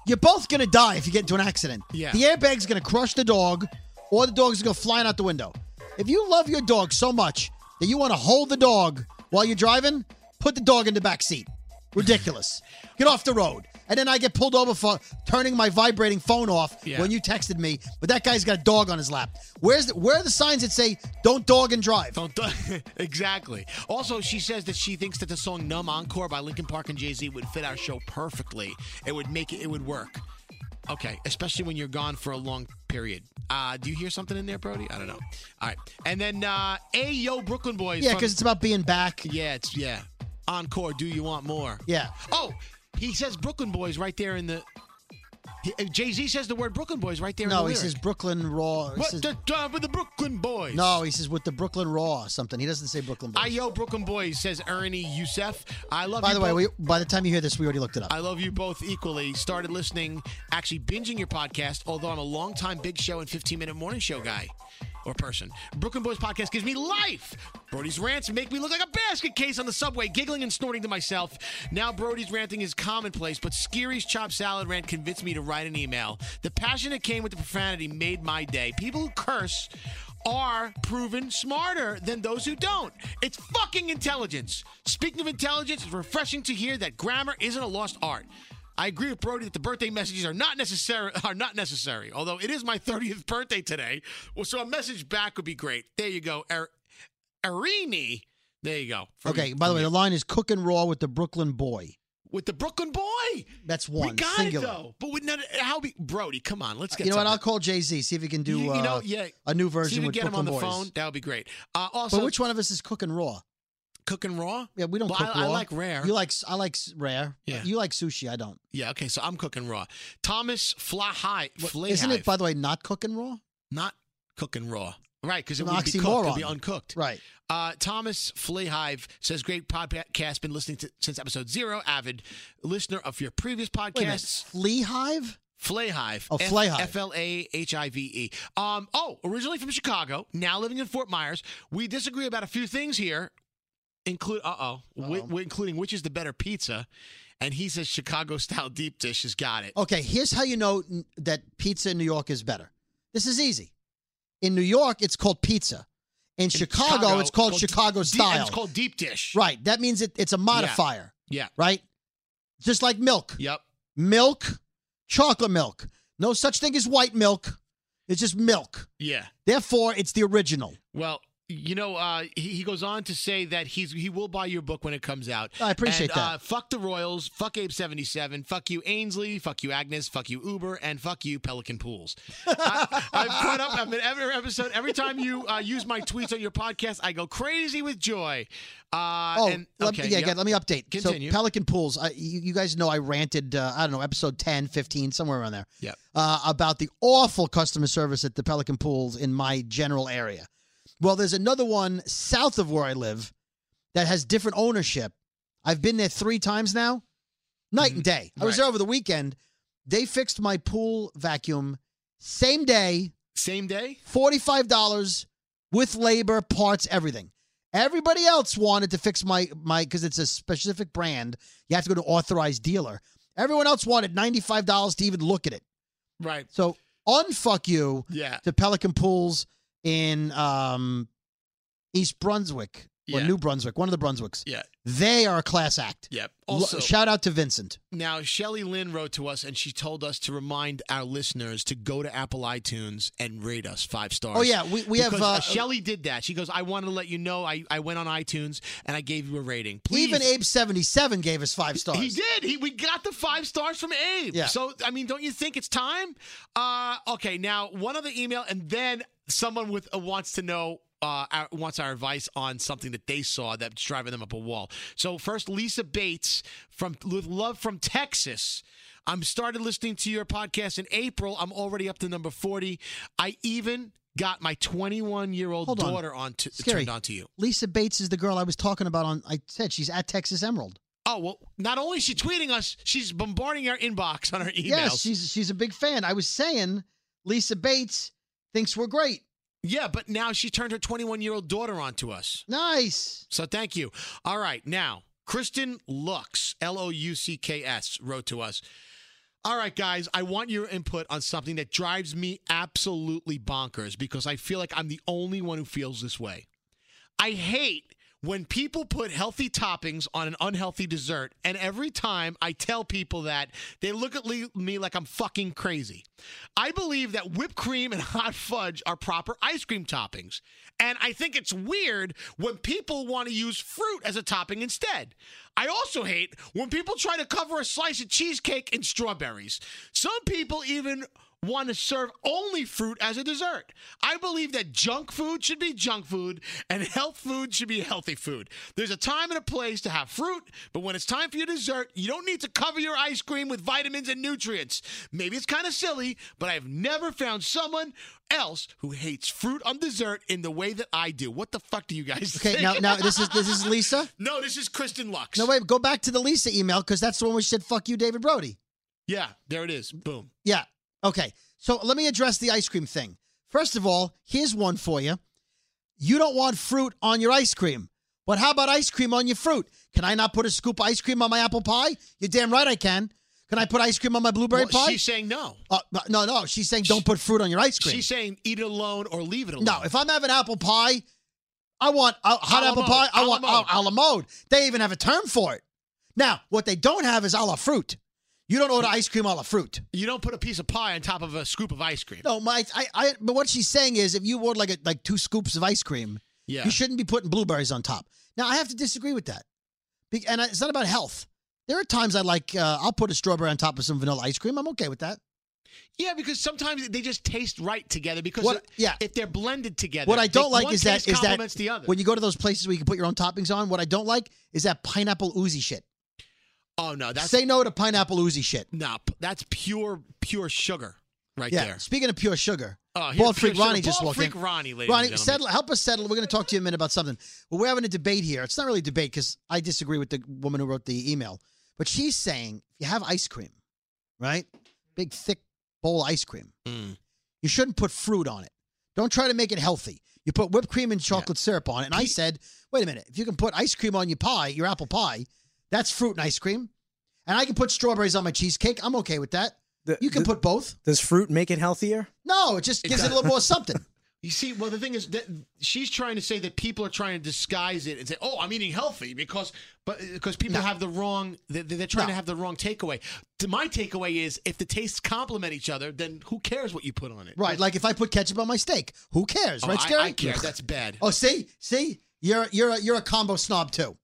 Speaker 8: You're both going to die if you get into an accident.
Speaker 7: Yeah.
Speaker 8: The airbag's going to crush the dog, or the dog's going to go flying out the window. If you love your dog so much that you want to hold the dog while you're driving, put the dog in the back seat. Ridiculous. get off the road. And then I get pulled over for turning my vibrating phone off
Speaker 7: Yeah.
Speaker 8: when you texted me, but that guy's got a dog on his lap. Where's the, where are the signs that say "Don't dog and drive"?
Speaker 7: don't th- exactly. Also, she says that she thinks that the song "Numb Encore" by Linkin Park and Jay Z would fit our show perfectly. It would make it. It would work. Okay, especially when you're gone for a long period. Uh, do you hear something in there, Brody? I don't know. All right, and then uh, "Hey Yo Brooklyn Boys."
Speaker 8: yeah,
Speaker 7: from-
Speaker 8: because it's about being back.
Speaker 7: yeah, it's yeah. Encore. Do you want more?
Speaker 8: Yeah,
Speaker 7: Oh, he says Brooklyn Boys right there in the. Jay Z says the word Brooklyn Boys right there. in
Speaker 8: no,
Speaker 7: the
Speaker 8: he
Speaker 7: lyric.
Speaker 8: says Brooklyn Raw. He
Speaker 7: What
Speaker 8: says-
Speaker 7: the job with the Brooklyn Boys?
Speaker 8: no, he says with the Brooklyn Raw or something. He doesn't say Brooklyn. Boys.
Speaker 7: I yo Brooklyn boys says Ernie Youssef. I love.
Speaker 8: by
Speaker 7: you
Speaker 8: the way,
Speaker 7: both.
Speaker 8: we, by the time you hear this, we already looked it up.
Speaker 7: I love you both equally. Started listening, actually binging your podcast. Although I'm a long time Big Show and 15 Minute Morning Show guy, or person. Brooklyn Boys Podcast gives me life. Brody's rants make me look like a basket case on the subway, giggling and snorting to myself. Now Brody's ranting is commonplace, but Scary's chopped salad rant convinced me to write an email. The passion that came with the profanity made my day. People who curse are proven smarter than those who don't. It's fucking intelligence. Speaking of intelligence, it's refreshing to hear that grammar isn't a lost art. I agree with Brody that the birthday messages are not necessary. Are not necessary. Although it is my 30th birthday today, well, so a message back would be great. There you go, er- Erini. There you go. From-
Speaker 8: Okay. By the way, the line is cooking raw with the Brooklyn boy.
Speaker 7: with the Brooklyn boy,
Speaker 8: That's one.
Speaker 7: we got
Speaker 8: singular. Uh,
Speaker 7: it though. But with not, how be Brody? Come on, let's get.
Speaker 8: You know what? I'll
Speaker 7: something.
Speaker 8: call Jay Z. See if he can do.
Speaker 7: You- you know,
Speaker 8: uh,
Speaker 7: yeah.
Speaker 8: A new
Speaker 7: See
Speaker 8: version
Speaker 7: if we
Speaker 8: with
Speaker 7: get him
Speaker 8: Brooklyn
Speaker 7: on the
Speaker 8: Boys.
Speaker 7: phone. That would be great. Uh, also,
Speaker 8: But which one of us is cooking raw?
Speaker 7: cooking raw?
Speaker 8: Yeah, we don't
Speaker 7: Well,
Speaker 8: cook
Speaker 7: I, I
Speaker 8: raw.
Speaker 7: like rare.
Speaker 8: You like s- I like s- rare.
Speaker 7: Yeah.
Speaker 8: You like sushi. I don't.
Speaker 7: yeah, okay, so I'm cooking raw. Thomas Fly High, Fly
Speaker 8: Isn't it? By the way, not cooking raw.
Speaker 7: not cooking raw? Right, because it
Speaker 8: An
Speaker 7: would be cooked. It'd be
Speaker 8: oxymoron.
Speaker 7: uncooked.
Speaker 8: Right.
Speaker 7: Uh, Thomas Fleahive says, "Great podcast. Been listening to since episode zero. Avid listener of your previous
Speaker 8: Wait a
Speaker 7: podcasts.
Speaker 8: minute. Flea hive.
Speaker 7: Flahive.
Speaker 8: Oh, Flahive.
Speaker 7: F L A H I V E. Um, oh, originally from Chicago, now living in Fort Myers. We disagree about a few things here, include uh oh, wi- wi- including which is the better pizza. And he says Chicago style deep dish has got it.
Speaker 8: Okay. Here's how you know n- that pizza in New York is better. This is easy. In New York, it's called pizza. In
Speaker 7: In
Speaker 8: Chicago, it's called Chicago
Speaker 7: deep- and
Speaker 8: style.
Speaker 7: It's called deep dish.
Speaker 8: right. That means it, it's a modifier.
Speaker 7: Yeah.
Speaker 8: Right. Just like milk.
Speaker 7: Yep.
Speaker 8: Milk. Chocolate milk. No such thing as white milk. It's just milk.
Speaker 7: Yeah.
Speaker 8: Therefore, it's the original.
Speaker 7: Well, you know, uh, he, he goes on to say that he's he will buy your book when it comes out.
Speaker 8: I appreciate
Speaker 7: And,
Speaker 8: that.
Speaker 7: Uh, fuck the Royals, fuck Abe seventy seven, fuck you Ainsley, fuck you Agnes, fuck you Uber, and fuck you Pelican Pools. I, I've put up I'm in every episode. Every time you uh, use my tweets on your podcast, I go crazy with joy. Uh,
Speaker 8: Oh,
Speaker 7: and,
Speaker 8: let,
Speaker 7: okay,
Speaker 8: yeah,
Speaker 7: yep.
Speaker 8: again, let me update.
Speaker 7: Continue.
Speaker 8: So Pelican Pools, I, you, you guys know I ranted, uh, I don't know, episode 10, 15, somewhere around there.
Speaker 7: Yep.
Speaker 8: Uh, about the awful customer service at the Pelican Pools in my general area. Well, there's another one south of where I live that has different ownership. I've been there three times now, night and day. I was
Speaker 7: Mm-hmm. Right.
Speaker 8: there over the weekend. They fixed my pool vacuum same day,
Speaker 7: Same day.
Speaker 8: $45 with labor, parts, everything. Everybody else wanted to fix my my because it's a specific brand. You have to go to authorized dealer. Everyone else wanted $95 to even look at it.
Speaker 7: Right.
Speaker 8: So unfuck you
Speaker 7: Yeah.
Speaker 8: to Pelican Pools in um, East Brunswick or
Speaker 7: Yeah.
Speaker 8: New Brunswick, one of the Brunswicks.
Speaker 7: Yeah.
Speaker 8: They are a class act.
Speaker 7: Yep.
Speaker 8: Lo-
Speaker 7: Also,
Speaker 8: shout out to Vincent.
Speaker 7: Now, Shelly Lynn wrote to us and she told us to remind our listeners to go to Apple iTunes and rate us five stars.
Speaker 8: Oh yeah, we, we have
Speaker 7: Because,
Speaker 8: uh,
Speaker 7: Shelly did that. She goes, I wanted to let you know I, I went on iTunes and I gave you a rating. Please.
Speaker 8: even Abe seventy seven gave us five stars.
Speaker 7: He did. He we got the five stars from Abe.
Speaker 8: Yeah.
Speaker 7: So I mean, don't you think it's time? Uh, okay. Now one other email, and then someone with uh, wants to know. Uh, our, wants our advice on something that they saw that's driving them up a wall. So first, Lisa Bates from with Love from Texas. I'm started listening to your podcast in April. I'm already up to number forty. I even got my 21 year old
Speaker 8: Hold on.
Speaker 7: daughter on, to
Speaker 8: Scary.
Speaker 7: turned on to you.
Speaker 8: Lisa Bates is the girl I was talking about on I said she's at Texas Emerald.
Speaker 7: Oh well, not only is she tweeting us, she's bombarding our inbox on our emails.
Speaker 8: Yes, she's she's a big fan. I was saying Lisa Bates thinks we're great.
Speaker 7: Yeah, but now she turned her 21 year old daughter on to us.
Speaker 8: Nice.
Speaker 7: So thank you. All right, now, Kristen Lux, L O U C K S, wrote to us. All right, guys, I want your input on something that drives me absolutely bonkers because I feel like I'm the only one who feels this way. I hate when people put healthy toppings on an unhealthy dessert, and every time I tell people that, they look at le- me like I'm fucking crazy. I believe that whipped cream and hot fudge are proper ice cream toppings, and I think it's weird when people want to use fruit as a topping instead. I also hate when people try to cover a slice of cheesecake in strawberries. Some people even want to serve only fruit as a dessert. I believe that junk food should be junk food and health food should be healthy food. There's a time and a place to have fruit, but when it's time for your dessert, you don't need to cover your ice cream with vitamins and nutrients. Maybe it's kind of silly, but I've never found someone else who hates fruit on dessert in the way that I do. What the fuck do you guys
Speaker 8: Okay,
Speaker 7: think?
Speaker 8: now now this is this is Lisa.
Speaker 7: No, this is Kristen Lux.
Speaker 8: No wait, go back to the Lisa email because that's the one where she said fuck you, David Brody.
Speaker 7: Yeah, there it is. Boom.
Speaker 8: Yeah. Okay. So let me address the ice cream thing. First of all, here's one for you. You don't want fruit on your ice cream. But how about ice cream on your fruit? Can I not put a scoop of ice cream on my apple pie? You're damn right I can. Can I put ice cream on my blueberry
Speaker 7: Well,
Speaker 8: pie?
Speaker 7: she's saying no.
Speaker 8: Uh, no, no, no, she's saying don't put fruit on your ice cream.
Speaker 7: She's saying eat it alone or leave it alone.
Speaker 8: No, if I'm having apple pie, I want uh, hot
Speaker 7: A la
Speaker 8: apple
Speaker 7: mode.
Speaker 8: pie. I
Speaker 7: A la
Speaker 8: want uh,
Speaker 7: mode.
Speaker 8: a la mode. They even have a term for it. Now, what they don't have is a la fruit. You don't order ice cream a la fruit.
Speaker 7: you don't put a piece of pie on top of a scoop of ice cream.
Speaker 8: No, my, I, I, but what she's saying is, if you order like a, like two scoops of ice cream,
Speaker 7: Yeah.
Speaker 8: you shouldn't be putting blueberries on top. Now, I have to disagree with that, Be- and I, it's not about health. There are times I like, uh, I'll put a strawberry on top of some vanilla ice cream. I'm okay with that.
Speaker 7: Yeah, because sometimes they just taste right together because
Speaker 8: What- yeah.
Speaker 7: if they're blended together.
Speaker 8: What I
Speaker 7: they-
Speaker 8: don't like
Speaker 7: one
Speaker 8: is that
Speaker 7: taste
Speaker 8: is that
Speaker 7: complements the other.
Speaker 8: when you go to those places where you can put your own toppings on, what I don't like is that pineapple oozy shit.
Speaker 7: oh no, that's
Speaker 8: Say no to pineapple oozy shit.
Speaker 7: no, p- that's pure pure sugar right
Speaker 8: yeah.
Speaker 7: there.
Speaker 8: Speaking of pure sugar,
Speaker 7: Oh, here's
Speaker 8: Bald
Speaker 7: pure
Speaker 8: Freak Ronnie
Speaker 7: sugar.
Speaker 8: just
Speaker 7: Bald
Speaker 8: walked
Speaker 7: Freak
Speaker 8: in.
Speaker 7: Ronnie, ladies and
Speaker 8: Ronnie,
Speaker 7: gentlemen.
Speaker 8: settle, help us settle. We're going to talk to you in a minute about something. Well, we're having a debate here. It's not really a debate because I disagree with the woman who wrote the email, but she's saying if you have ice cream, right, big thick bowl ice cream,
Speaker 7: Hmm.
Speaker 8: you shouldn't put fruit on it. Don't try to make it healthy. You put whipped cream and chocolate syrup on it. And I said, wait a minute, if you can put ice cream on your pie, your apple pie, that's fruit and ice cream. And I can put strawberries on my cheesecake. I'm okay with that.
Speaker 10: The-
Speaker 8: you can
Speaker 10: the-
Speaker 8: put both.
Speaker 10: Does fruit make it healthier?
Speaker 8: No, it just gives it a little more something.
Speaker 7: You see, well, the thing is that she's trying to say that people are trying to disguise it and say, "Oh, I'm eating healthy," because but because people have the wrong they- they're trying
Speaker 8: No.
Speaker 7: to have the wrong takeaway. To- My takeaway is if the tastes complement each other, then who cares what you put on it?
Speaker 8: Right, like if I put ketchup on my steak, who cares,
Speaker 7: Oh,
Speaker 8: right,
Speaker 7: I-
Speaker 8: Scary?
Speaker 7: I, care. That's bad.
Speaker 8: oh, see, see, you're you're a, you're a combo snob too.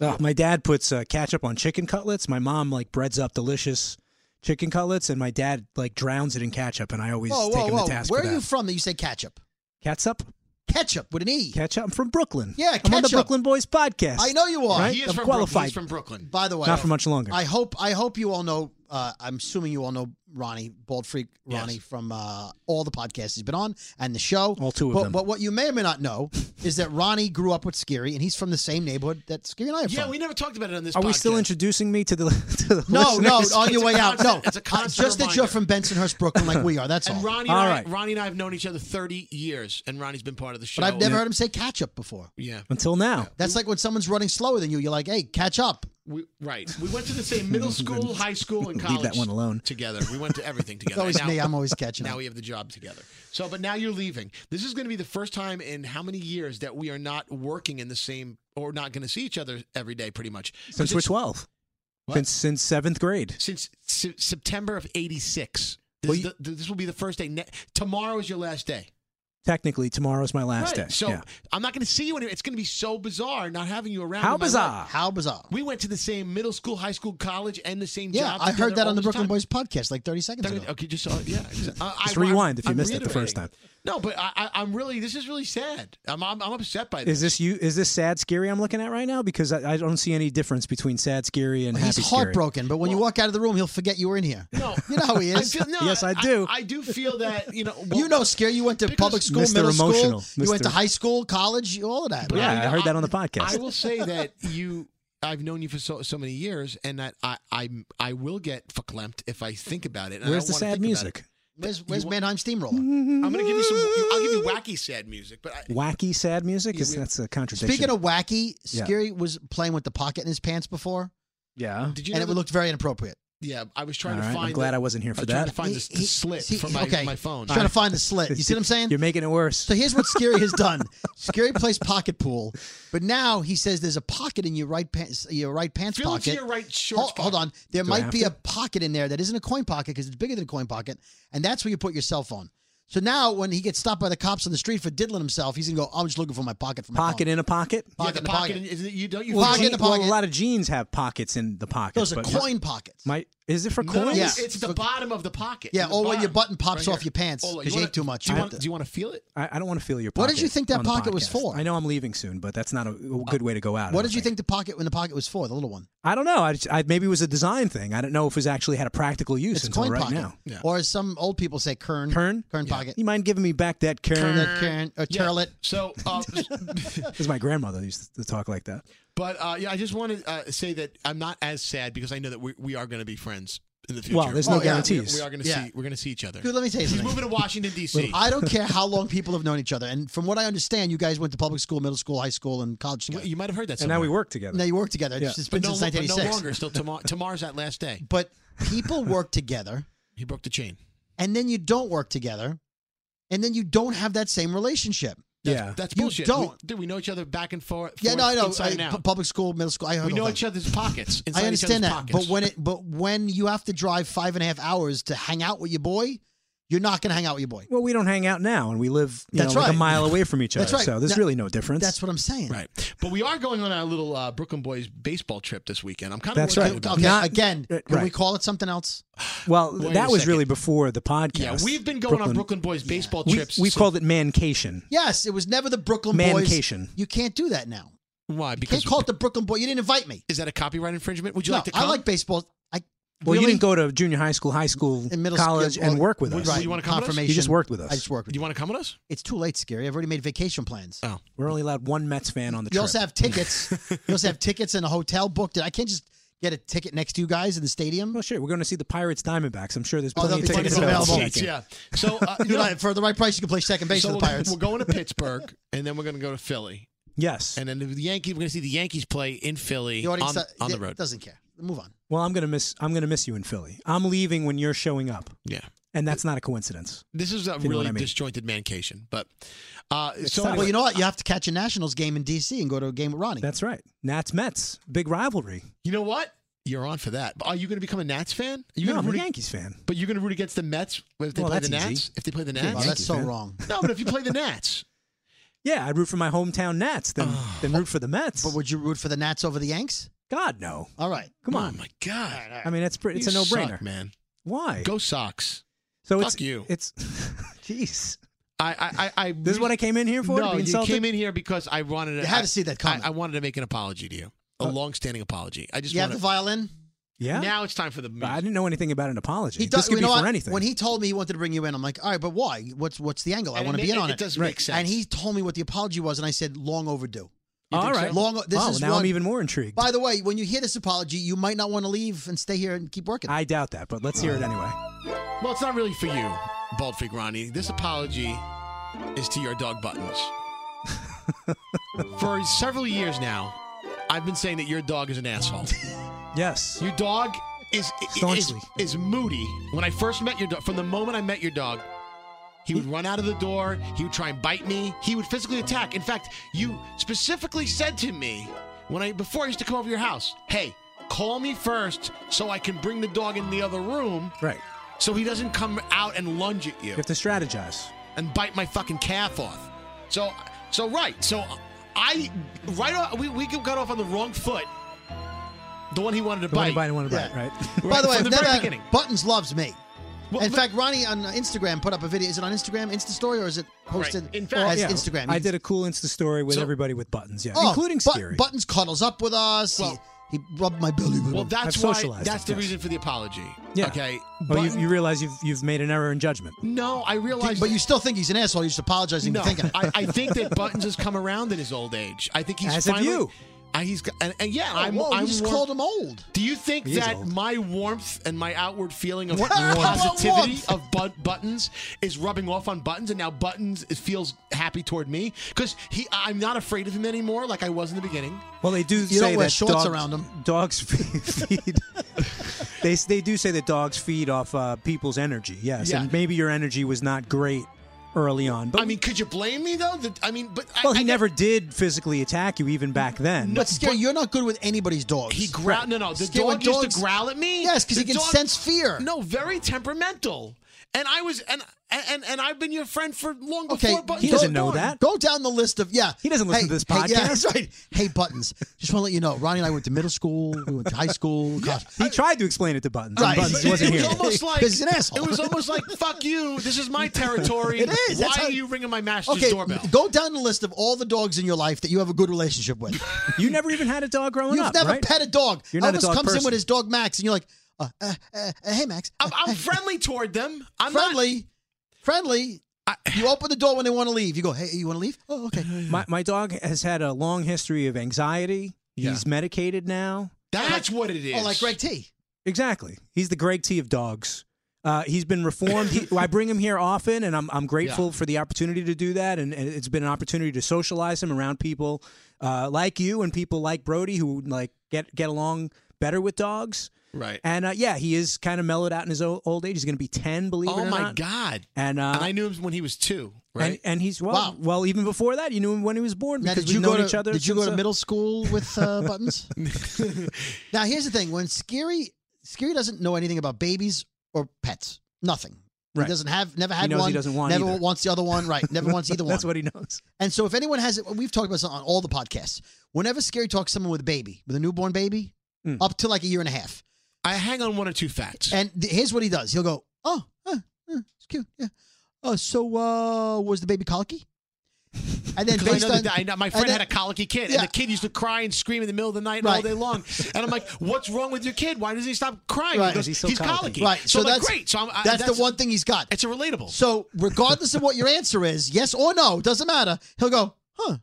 Speaker 10: Oh, my dad puts uh, ketchup on chicken cutlets. My mom like breads up delicious chicken cutlets, and my dad like drowns it in ketchup. And I always
Speaker 8: Whoa,
Speaker 10: take
Speaker 8: whoa,
Speaker 10: him
Speaker 8: whoa!
Speaker 10: to task
Speaker 8: Where
Speaker 10: for
Speaker 8: are
Speaker 10: that.
Speaker 8: you from that you say ketchup?
Speaker 10: Catsup?
Speaker 8: Ketchup with an e.
Speaker 10: Ketchup? I'm from Brooklyn.
Speaker 8: Yeah,
Speaker 10: I'm on the
Speaker 8: ketchup.
Speaker 10: Brooklyn Boys podcast.
Speaker 8: I know you are.
Speaker 10: Right?
Speaker 7: Oh, He is from
Speaker 10: I'm
Speaker 7: Brooklyn.
Speaker 10: qualified.
Speaker 7: He's from Brooklyn.
Speaker 8: By the way,
Speaker 10: Not for much longer.
Speaker 8: I hope I hope you all know. Uh, I'm assuming you all know Ronnie Bald Freak
Speaker 7: Yes.
Speaker 8: Ronnie from uh, all the podcasts he's been on and the show.
Speaker 10: All two of
Speaker 8: but,
Speaker 10: them.
Speaker 8: But what you may or may not know is that Ronnie grew up with Scary, and he's from the same neighborhood that Scary and I are
Speaker 7: Yeah,
Speaker 8: from.
Speaker 7: we never talked about it on this.
Speaker 10: Are we still
Speaker 7: podcast.
Speaker 10: introducing me to the, to the
Speaker 8: no, no,
Speaker 10: listeners?
Speaker 8: on
Speaker 7: It's
Speaker 8: your
Speaker 7: a
Speaker 8: way out. No, Uh,
Speaker 7: constant- it's a constant
Speaker 8: just that you're
Speaker 7: reminder.
Speaker 8: from Bensonhurst, Brooklyn, like we are. That's all.
Speaker 7: And Ronnie,
Speaker 10: All
Speaker 7: and
Speaker 10: right.
Speaker 7: I, Ronnie and I have known each other 30 years, and Ronnie's been part of the show.
Speaker 8: But I've never heard him say catch up before.
Speaker 7: Yeah,
Speaker 10: Until now.
Speaker 7: Mm.
Speaker 8: That's like when someone's running slower than you. You're like, hey, catch up.
Speaker 7: we, right. We went to the same middle school, high school, and
Speaker 10: Leave
Speaker 7: college.
Speaker 10: that one alone.
Speaker 7: Together, we went to everything
Speaker 8: It's
Speaker 7: together.
Speaker 8: always
Speaker 7: And
Speaker 8: me.
Speaker 7: now-
Speaker 8: I'm always catching
Speaker 7: Now
Speaker 8: up.
Speaker 7: we have the job together. So, but now you're leaving. This is going to be the first time in how many years that we are not working in the same, or not going to see each other every day, pretty much. 'Cause
Speaker 10: Since we're
Speaker 7: it's-
Speaker 10: 12. Since since 7th grade.
Speaker 7: since Se- September of '86. This,
Speaker 10: Well,
Speaker 7: is the, this will be the first day. Ne- Tomorrow is your last day.
Speaker 10: Technically, tomorrow's my last
Speaker 7: Right.
Speaker 10: day.
Speaker 7: So
Speaker 10: yeah.
Speaker 7: I'm not going to see you anymore. It's going to be so bizarre not having you around.
Speaker 10: How
Speaker 7: in my life.
Speaker 10: bizarre.
Speaker 8: How bizarre.
Speaker 7: We went to the same middle school, high school, college, and the same
Speaker 8: yeah,
Speaker 7: job.
Speaker 8: I heard
Speaker 7: together
Speaker 8: that
Speaker 7: all
Speaker 8: on the
Speaker 7: this
Speaker 8: Brooklyn
Speaker 7: time.
Speaker 8: Boys podcast like 30 seconds ago.
Speaker 7: Okay, just uh, yeah. Just, uh,
Speaker 10: Just
Speaker 7: I-
Speaker 10: rewind if you
Speaker 7: I'm
Speaker 10: missed it the first
Speaker 7: reiterating. No, but I, I, I'm really. This is really sad. I'm, I'm, I'm upset by this.
Speaker 10: Is this you? Is this sad, scary? I'm looking at right now because I, I don't see any difference between sad, scary, and
Speaker 8: He's
Speaker 10: happy. Scary.
Speaker 8: heartbroken, but when you walk out of the room, he'll forget you were in here.
Speaker 7: No,
Speaker 8: You know how he
Speaker 7: I
Speaker 8: is.
Speaker 7: feel, no,
Speaker 10: Yes, I do.
Speaker 7: I, do feel that you know. well,
Speaker 8: you know, Scary, you went to
Speaker 7: Because-
Speaker 8: public school,
Speaker 10: Mr.
Speaker 8: middle
Speaker 10: Emotional,
Speaker 8: school. You went to
Speaker 10: Mr.
Speaker 8: high school, college, you- all of that.
Speaker 7: But
Speaker 10: Yeah,
Speaker 7: I-
Speaker 10: I heard that on the
Speaker 7: I
Speaker 10: podcast.
Speaker 7: will say that you. I've known you for so so many years, and that I I I will get verklempt if I think about it. and I
Speaker 10: Where's
Speaker 7: don't
Speaker 10: the
Speaker 7: wanna think
Speaker 10: sad
Speaker 7: about
Speaker 10: music?
Speaker 7: it.
Speaker 8: Where's, where's Mannheim Steamroller?
Speaker 7: I'm gonna give you some. I'll give you wacky sad music, but I,
Speaker 10: Wacky sad music? Is that's a contradiction?
Speaker 8: Speaking of wacky,
Speaker 10: Yeah.
Speaker 8: Scary was playing with the pocket in his pants before,
Speaker 10: yeah,
Speaker 7: did you?
Speaker 8: and
Speaker 7: know
Speaker 8: it
Speaker 7: that-
Speaker 8: looked very inappropriate.
Speaker 7: yeah, I was
Speaker 10: all
Speaker 7: trying
Speaker 10: right.
Speaker 7: to find.
Speaker 10: I'm glad
Speaker 7: the-
Speaker 10: I wasn't here
Speaker 7: I
Speaker 10: for
Speaker 7: was trying
Speaker 10: that.
Speaker 7: to find the, the
Speaker 8: He- he-
Speaker 7: slit
Speaker 8: see-
Speaker 7: from my,
Speaker 8: okay.
Speaker 7: my phone.
Speaker 8: Trying to find the slit. You see what I'm saying?
Speaker 10: You're making it worse.
Speaker 8: So here's what Scary has done. Scary plays pocket pool, but now he says there's a pocket in your right pants, your right pants
Speaker 7: Feel into
Speaker 8: pocket.
Speaker 7: your right shorts
Speaker 8: Hold, hold
Speaker 7: pocket.
Speaker 8: on, there
Speaker 10: Do I
Speaker 8: might
Speaker 10: have
Speaker 8: be
Speaker 10: to?
Speaker 8: a pocket in there that isn't a coin pocket because it's bigger than a coin pocket, and that's where you put your cell phone. So now when he gets stopped by the cops on the street for diddling himself, he's gonna go, "I'm just looking for my pocket for my
Speaker 10: pocket
Speaker 8: phone."
Speaker 10: in a pocket.
Speaker 7: Yeah,
Speaker 8: pocket
Speaker 7: the
Speaker 8: in the
Speaker 7: pocket.
Speaker 8: pocket.
Speaker 7: is it- you don't you
Speaker 8: Well,
Speaker 7: find
Speaker 8: pocket in the
Speaker 10: well,
Speaker 8: pocket.
Speaker 10: a lot of jeans have pockets in the pocket.
Speaker 8: Those are
Speaker 10: but-
Speaker 8: coin pockets.
Speaker 10: My, is it for
Speaker 7: No,
Speaker 10: coins?
Speaker 8: Yeah.
Speaker 7: it's, it's the bottom of the pocket.
Speaker 8: Yeah,
Speaker 7: in the
Speaker 8: or when your
Speaker 7: bottom,
Speaker 8: button pops off
Speaker 7: here.
Speaker 8: your pants
Speaker 7: Ola,
Speaker 8: 'cause you
Speaker 7: wanna-
Speaker 8: ate too much.
Speaker 7: Do
Speaker 8: I
Speaker 7: you,
Speaker 8: have
Speaker 7: want,
Speaker 8: to-
Speaker 7: do you want to feel it?
Speaker 10: I, I don't want to feel your
Speaker 8: What
Speaker 10: pocket.
Speaker 8: did you think that
Speaker 10: on the
Speaker 8: pocket was
Speaker 10: podcast.
Speaker 8: for?
Speaker 10: I know I'm leaving soon, but that's not a good way to go out. I
Speaker 8: What
Speaker 10: don't
Speaker 8: did you
Speaker 10: think?
Speaker 8: think the pocket when the pocket was for? The little one.
Speaker 10: I don't know. I, just- I maybe it was a design thing. I don't know if it was actually had a practical use
Speaker 8: It's
Speaker 10: until
Speaker 8: coin
Speaker 10: right
Speaker 8: pocket,
Speaker 10: now.
Speaker 7: Yeah.
Speaker 8: or as some old people say, kern.
Speaker 10: Kern?
Speaker 8: Kern
Speaker 7: Yeah.
Speaker 8: pocket.
Speaker 10: You mind giving me back that Karen?
Speaker 8: Kern. Kern. Or
Speaker 7: Yeah.
Speaker 8: turlet.
Speaker 7: So, uh,
Speaker 10: Because my grandmother used to talk like that.
Speaker 7: but uh, yeah, I just want to uh, say that I'm not as sad because I know that we, we are going to be friends in the future.
Speaker 10: Well, there's no
Speaker 7: yeah, we-
Speaker 10: guarantees.
Speaker 7: We are going to
Speaker 8: Yeah.
Speaker 7: see. We're going to see each other.
Speaker 8: Dude, let me tell you
Speaker 7: He's
Speaker 8: something.
Speaker 7: moving to Washington D.C.
Speaker 8: I don't care how long people have known each other, and from what I understand, you guys went to public school, middle school, high school, and college together.
Speaker 7: You might have heard that.
Speaker 10: And
Speaker 7: Somewhere.
Speaker 10: now we work together.
Speaker 8: now you work together. It's,
Speaker 10: Yeah.
Speaker 8: it's been
Speaker 7: But no,
Speaker 8: since
Speaker 7: but no
Speaker 8: 1986.
Speaker 7: longer. Still tomorrow. Tomorrow's that last day.
Speaker 8: but people work together,
Speaker 7: He broke the chain.
Speaker 8: and then you don't work together, and then you don't have that same relationship.
Speaker 7: That's,
Speaker 10: yeah.
Speaker 7: that's
Speaker 8: You
Speaker 7: bullshit.
Speaker 8: don't.
Speaker 7: We, dude, we know each other back and forth.
Speaker 8: Yeah, no, I
Speaker 7: forth,
Speaker 8: know.
Speaker 7: Inside and
Speaker 8: I-
Speaker 7: out.
Speaker 8: pu- public school, middle school. I heard
Speaker 7: we
Speaker 8: all
Speaker 7: know
Speaker 8: that.
Speaker 7: each other's pockets. Inside
Speaker 8: I
Speaker 7: each
Speaker 8: understand that,
Speaker 7: other's
Speaker 8: but
Speaker 7: pockets.
Speaker 8: when it but when you have to drive five and a half hours to hang out with your boy, you're not going to hang out with your boy.
Speaker 10: Well, we don't hang out now, and we live you
Speaker 8: That's
Speaker 10: know, like
Speaker 8: right.
Speaker 10: a mile away from each other.
Speaker 8: That's right.
Speaker 10: So there's
Speaker 8: That-
Speaker 10: really no difference.
Speaker 8: That's what I'm saying.
Speaker 7: Right. But we are going on our little uh, Brooklyn Boys baseball trip this weekend. I'm kind of
Speaker 10: That's
Speaker 8: Okay,
Speaker 10: right.
Speaker 8: okay,
Speaker 10: Not-
Speaker 8: again, can
Speaker 10: Right.
Speaker 8: we call it something else?
Speaker 10: well,
Speaker 7: Wait
Speaker 10: that
Speaker 7: a
Speaker 10: was
Speaker 7: second.
Speaker 10: really before the podcast.
Speaker 7: Yeah, we've been going on Brooklyn Boys baseball
Speaker 10: We,
Speaker 7: trips.
Speaker 10: we
Speaker 7: since-
Speaker 10: called it mancation.
Speaker 8: Yes, it was never the Brooklyn
Speaker 10: Mancation.
Speaker 8: Boys. You can't do that now.
Speaker 7: why
Speaker 8: You can't
Speaker 7: because
Speaker 8: call it the Brooklyn Boy. You didn't invite me.
Speaker 7: is that a copyright infringement? Would you
Speaker 8: no,
Speaker 7: like to? Come?
Speaker 8: I like baseball. I
Speaker 10: Well, you
Speaker 8: really-
Speaker 10: didn't go to junior high school, high school,
Speaker 8: in middle
Speaker 10: college,
Speaker 8: school,
Speaker 10: and work with
Speaker 7: Would-
Speaker 10: us.
Speaker 7: would you wanna come with us?
Speaker 8: confirmation.
Speaker 10: You just worked with us.
Speaker 8: I just worked with
Speaker 7: Do you want to come with us?
Speaker 8: It's too late, Scary. I've already made vacation plans.
Speaker 7: Oh.
Speaker 10: We're only allowed one Mets fan on the
Speaker 8: you
Speaker 10: trip.
Speaker 8: also have tickets. you also have tickets and a hotel booked. I can't just get a ticket next to you guys in the stadium.
Speaker 10: well, sure. We're going to see the Pirates Diamondbacks. I'm sure there's
Speaker 8: Oh,
Speaker 10: plenty
Speaker 8: there'll
Speaker 10: of
Speaker 8: be
Speaker 10: tickets
Speaker 8: tickets
Speaker 10: available.
Speaker 8: available.
Speaker 7: Seats, yeah. So uh,
Speaker 8: You know, for the right price, you can play second base
Speaker 7: so
Speaker 8: for the
Speaker 7: we're-
Speaker 8: Pirates.
Speaker 7: We're going to Pittsburgh, and then we're going to go to Philly,
Speaker 10: Yes.
Speaker 7: and then the Yankees. We're going to see the Yankees play in Philly
Speaker 8: the audience
Speaker 7: on,
Speaker 8: do-
Speaker 7: on the
Speaker 8: it
Speaker 7: road.
Speaker 8: doesn't care. Move on.
Speaker 10: Well, I'm going to miss. I'm going to miss you in Philly. I'm leaving when you're showing up,
Speaker 7: Yeah,
Speaker 10: and that's not a coincidence.
Speaker 7: this is a
Speaker 10: know
Speaker 7: really
Speaker 10: what I mean.
Speaker 7: disjointed mancation, but uh, so
Speaker 10: not-
Speaker 8: Well, you know what? You have to catch a Nationals game in D.C. and go to a game with Ronnie.
Speaker 10: That's right. Nats Mets, big rivalry.
Speaker 7: you know what? You're on for that. Are you going to become a Nats fan? Are you
Speaker 10: No,
Speaker 7: going
Speaker 10: I'm
Speaker 7: to
Speaker 10: a
Speaker 7: root,
Speaker 10: Yankees fan.
Speaker 7: but you're going to root against the Mets if they
Speaker 10: Well,
Speaker 7: play the
Speaker 10: that's
Speaker 7: Nats.
Speaker 10: easy.
Speaker 7: If they play the
Speaker 10: Yeah,
Speaker 8: Wow,
Speaker 7: Nats,
Speaker 8: Oh, that's so
Speaker 10: man.
Speaker 8: wrong.
Speaker 7: no. But if you play the Nats,
Speaker 10: Yeah, I'd root for my hometown Nats, then then root for the Mets.
Speaker 8: Ah, But would you root for the Nats over the Yanks?
Speaker 10: God no.
Speaker 8: All right.
Speaker 10: Come on.
Speaker 7: Oh my God,
Speaker 10: I mean, it's pretty, it's
Speaker 7: You
Speaker 10: a no-brainer.
Speaker 7: suck, man.
Speaker 10: Why?
Speaker 7: Go Sox.
Speaker 10: so
Speaker 7: fuck
Speaker 10: it's
Speaker 7: you.
Speaker 10: It's jeez.
Speaker 7: I, I, I. I
Speaker 10: This is what I came in here for. to
Speaker 7: No,
Speaker 10: be
Speaker 7: you
Speaker 10: insulted?
Speaker 7: came in here because I wanted. To,
Speaker 8: You had
Speaker 7: I-
Speaker 8: to see that
Speaker 7: I,
Speaker 8: coming.
Speaker 7: I wanted to make an apology to you, a
Speaker 10: Oh.
Speaker 7: long-standing apology. I just
Speaker 8: you have
Speaker 7: want
Speaker 8: the
Speaker 7: to.
Speaker 8: violin.
Speaker 10: Yeah.
Speaker 7: Now it's time for the.
Speaker 10: I
Speaker 7: Music.
Speaker 10: didn't know anything about an apology.
Speaker 8: does-
Speaker 10: this could
Speaker 8: you
Speaker 10: be
Speaker 8: know
Speaker 10: for
Speaker 8: what?
Speaker 10: anything.
Speaker 8: When he told me he wanted to bring you in, I'm like, all right, but why? What's what's the angle? I
Speaker 7: And
Speaker 8: want to be
Speaker 7: ma-
Speaker 8: in on it.
Speaker 7: It does make sense.
Speaker 8: And he told me what the apology was, and I said, long overdue.
Speaker 7: You
Speaker 10: All
Speaker 7: think
Speaker 10: right.
Speaker 7: so?
Speaker 8: Long. This
Speaker 10: oh,
Speaker 8: is
Speaker 10: now
Speaker 8: one-
Speaker 10: I'm even more intrigued.
Speaker 8: By the way, when you hear this apology, you might not want to leave and stay here and keep working.
Speaker 10: I doubt that, but let's hear it anyway.
Speaker 7: Well, it's not really for you, Bald Fig Ronnie. This apology is to your dog Buttons. for several years now, I've been saying that your dog is an asshole.
Speaker 10: Yes.
Speaker 7: Your dog is is,
Speaker 10: Staunchly.
Speaker 7: is moody. When I first met your dog, from the moment I met your dog, he would run out of the door. He would try and bite me. He would physically attack. In fact, you specifically said to me when I before I used to come over to your house, "Hey, call me first so I can bring the dog in the other room
Speaker 10: Right.
Speaker 7: so he doesn't come out and lunge at you."
Speaker 10: You have to strategize.
Speaker 7: and bite my fucking calf off. So, so right. So, I right off we we got off on the wrong foot. The one he wanted to
Speaker 10: The
Speaker 7: bite.
Speaker 10: One bite and one bite.
Speaker 8: Yeah.
Speaker 10: Right.
Speaker 8: By the way,
Speaker 7: from the
Speaker 8: I've
Speaker 7: very
Speaker 8: never-
Speaker 7: beginning.
Speaker 8: Buttons loves me.
Speaker 7: Well,
Speaker 8: in
Speaker 7: but-
Speaker 8: fact, Ronnie on uh, Instagram put up a video. Is it on Instagram, Insta story, or is it posted
Speaker 7: In fact-
Speaker 8: as
Speaker 10: Yeah.
Speaker 8: Instagram? You
Speaker 10: I
Speaker 8: can-
Speaker 10: did a cool Insta story with
Speaker 7: So-
Speaker 10: everybody with buttons. Yeah.
Speaker 8: Oh,
Speaker 10: Including
Speaker 8: But-
Speaker 10: Scary.
Speaker 8: Buttons cuddles up with us.
Speaker 7: Well-
Speaker 8: he, he rubbed my belly with
Speaker 7: Well,
Speaker 8: him.
Speaker 7: that's
Speaker 10: I've
Speaker 7: why.
Speaker 10: socialized
Speaker 7: That's
Speaker 10: it,
Speaker 7: the
Speaker 10: yes.
Speaker 7: reason for the apology.
Speaker 10: Yeah.
Speaker 7: Okay.
Speaker 10: Oh,
Speaker 7: But
Speaker 10: you, you realize you've you've made an error in judgment.
Speaker 7: no, I realized.
Speaker 8: but you still think he's an asshole. You're just apologizing
Speaker 7: no,
Speaker 8: for thinking. it.
Speaker 7: I, I think that Buttons has come around in his old age. I think he's
Speaker 10: As have
Speaker 7: finally.
Speaker 10: you. Oh,
Speaker 7: I, he's got- and, and yeah, I'm.
Speaker 8: Whoa,
Speaker 7: I'm
Speaker 8: you just
Speaker 7: warm-
Speaker 8: called him old.
Speaker 7: Do you think
Speaker 10: He is
Speaker 7: that
Speaker 10: old.
Speaker 7: my warmth and my outward feeling of
Speaker 8: What warmth?
Speaker 7: positivity
Speaker 8: What
Speaker 7: of but- buttons is rubbing off on buttons, and now buttons is- feels happy toward me because he I'm not afraid of him anymore like I was in the beginning.
Speaker 10: Well, they do
Speaker 8: You
Speaker 10: say
Speaker 8: don't wear
Speaker 10: that
Speaker 8: shorts
Speaker 10: dogs,
Speaker 8: around 'em.
Speaker 10: Dogs feed. feed they they do say that dogs feed off uh, people's energy. Yes,
Speaker 7: Yeah.
Speaker 10: and maybe your energy was not great early on, but
Speaker 7: I mean, could you blame me though? That, I mean, but
Speaker 10: well,
Speaker 7: I,
Speaker 10: he
Speaker 7: I-
Speaker 10: never did physically attack you even back then.
Speaker 8: But scary, you're not good with anybody's dogs.
Speaker 7: He growl. No, no. The
Speaker 8: Scary, when
Speaker 7: dog used
Speaker 8: dogs-
Speaker 7: to growl at me.
Speaker 8: Yes, because
Speaker 7: The
Speaker 8: he can
Speaker 7: dog-
Speaker 8: sense fear.
Speaker 7: No, very temperamental. And I was and and and I've been your friend for long
Speaker 8: Okay,
Speaker 7: before. Buttons
Speaker 10: He
Speaker 8: go-
Speaker 10: doesn't
Speaker 7: was
Speaker 10: know
Speaker 7: born.
Speaker 10: that.
Speaker 8: Go down the list of yeah.
Speaker 10: He doesn't listen to this
Speaker 8: Hey, yeah,
Speaker 10: podcast.
Speaker 8: that's right. Hey, buttons. Just want to let you know, Ronnie and I went to middle school. We went to high school. Gosh,
Speaker 10: He tried to explain it to Buttons.
Speaker 8: Right.
Speaker 10: And Buttons wasn't
Speaker 7: it
Speaker 10: here.
Speaker 7: was almost like
Speaker 8: 'Cause he's an asshole.
Speaker 7: It was almost like fuck you. This is my territory.
Speaker 8: It is,
Speaker 7: Why
Speaker 8: that's how-
Speaker 7: are you ringing my master's
Speaker 8: Okay,
Speaker 7: doorbell?
Speaker 8: go down the list of all the dogs in your life that you have a good relationship with.
Speaker 10: You never even had a dog growing
Speaker 8: You've
Speaker 10: up,
Speaker 8: never
Speaker 10: right?
Speaker 8: pet a dog.
Speaker 10: You're not a
Speaker 8: Elvis
Speaker 10: dog
Speaker 8: comes in
Speaker 10: person.
Speaker 8: with his dog Max, and you're like, uh, uh, uh, uh, "Hey, Max,
Speaker 7: I'm, I'm friendly toward them. I'm not-
Speaker 8: friendly, friendly." you open the door when they want to leave. You go, "Hey, you want to leave? Oh, okay."
Speaker 10: my my dog has had a long history of anxiety.
Speaker 7: Yeah.
Speaker 10: He's medicated now.
Speaker 7: that's what it is.
Speaker 8: Oh, like Greg T.
Speaker 10: Exactly. He's the Greg T of dogs. Uh, he's been reformed. He, I bring him here often, and I'm, I'm grateful for the opportunity to do that. And, and it's been an opportunity to socialize him around people uh, like you and people like Brody who like get get along better with dogs.
Speaker 7: Right.
Speaker 10: And uh, yeah, he is kind of mellowed out in his o- old age. He's going to be ten, believe it
Speaker 7: Oh
Speaker 10: or
Speaker 7: my
Speaker 10: not.
Speaker 7: God.
Speaker 10: And, uh,
Speaker 7: and I knew him when he was two. Right.
Speaker 10: and and he's well,
Speaker 8: Wow.
Speaker 10: well even before that, you knew him when he was born
Speaker 8: Now,
Speaker 10: because
Speaker 8: did
Speaker 10: we've
Speaker 8: you go
Speaker 10: known
Speaker 8: to
Speaker 10: each other.
Speaker 8: did you go
Speaker 10: since,
Speaker 8: to
Speaker 10: uh,
Speaker 8: middle school with uh, buttons? now here's the thing: when Scary Scary doesn't know anything about babies or pets, nothing.
Speaker 10: Right.
Speaker 8: He doesn't have never had
Speaker 10: knows he
Speaker 8: one.
Speaker 10: doesn't want
Speaker 8: never
Speaker 10: either.
Speaker 8: wants the other one. Right. Never wants either one.
Speaker 10: That's what he knows.
Speaker 8: And so if anyone has it, we've talked about this on all the podcasts. Whenever Scary talks to someone with a baby, with a newborn baby,
Speaker 10: Mm.
Speaker 8: up to like a year and a half,
Speaker 7: I hang on one or two facts.
Speaker 8: and th- here's what he does. He'll go, oh, uh, uh, it's cute, yeah. Uh, so uh, was the baby colicky? And then
Speaker 7: Because I
Speaker 8: based
Speaker 7: know
Speaker 8: on
Speaker 7: that I know, my
Speaker 8: and
Speaker 7: friend had
Speaker 8: then-
Speaker 7: a colicky kid,
Speaker 8: Yeah.
Speaker 7: and the kid used to cry and scream in the middle of the night all
Speaker 8: Right.
Speaker 7: day long. And I'm like, "What's wrong with your kid? Why does he stop crying?"
Speaker 8: Right.
Speaker 7: He goes,
Speaker 10: He's
Speaker 7: he's,
Speaker 10: so colicky."
Speaker 7: colicky.
Speaker 8: right.
Speaker 7: So,
Speaker 8: So,
Speaker 7: I'm like,
Speaker 8: that's
Speaker 7: great. So I'm, I,
Speaker 8: that's, the one thing he's got.
Speaker 7: It's a relatable.
Speaker 8: So regardless of what your answer is, yes or no, doesn't matter. He'll go, huh?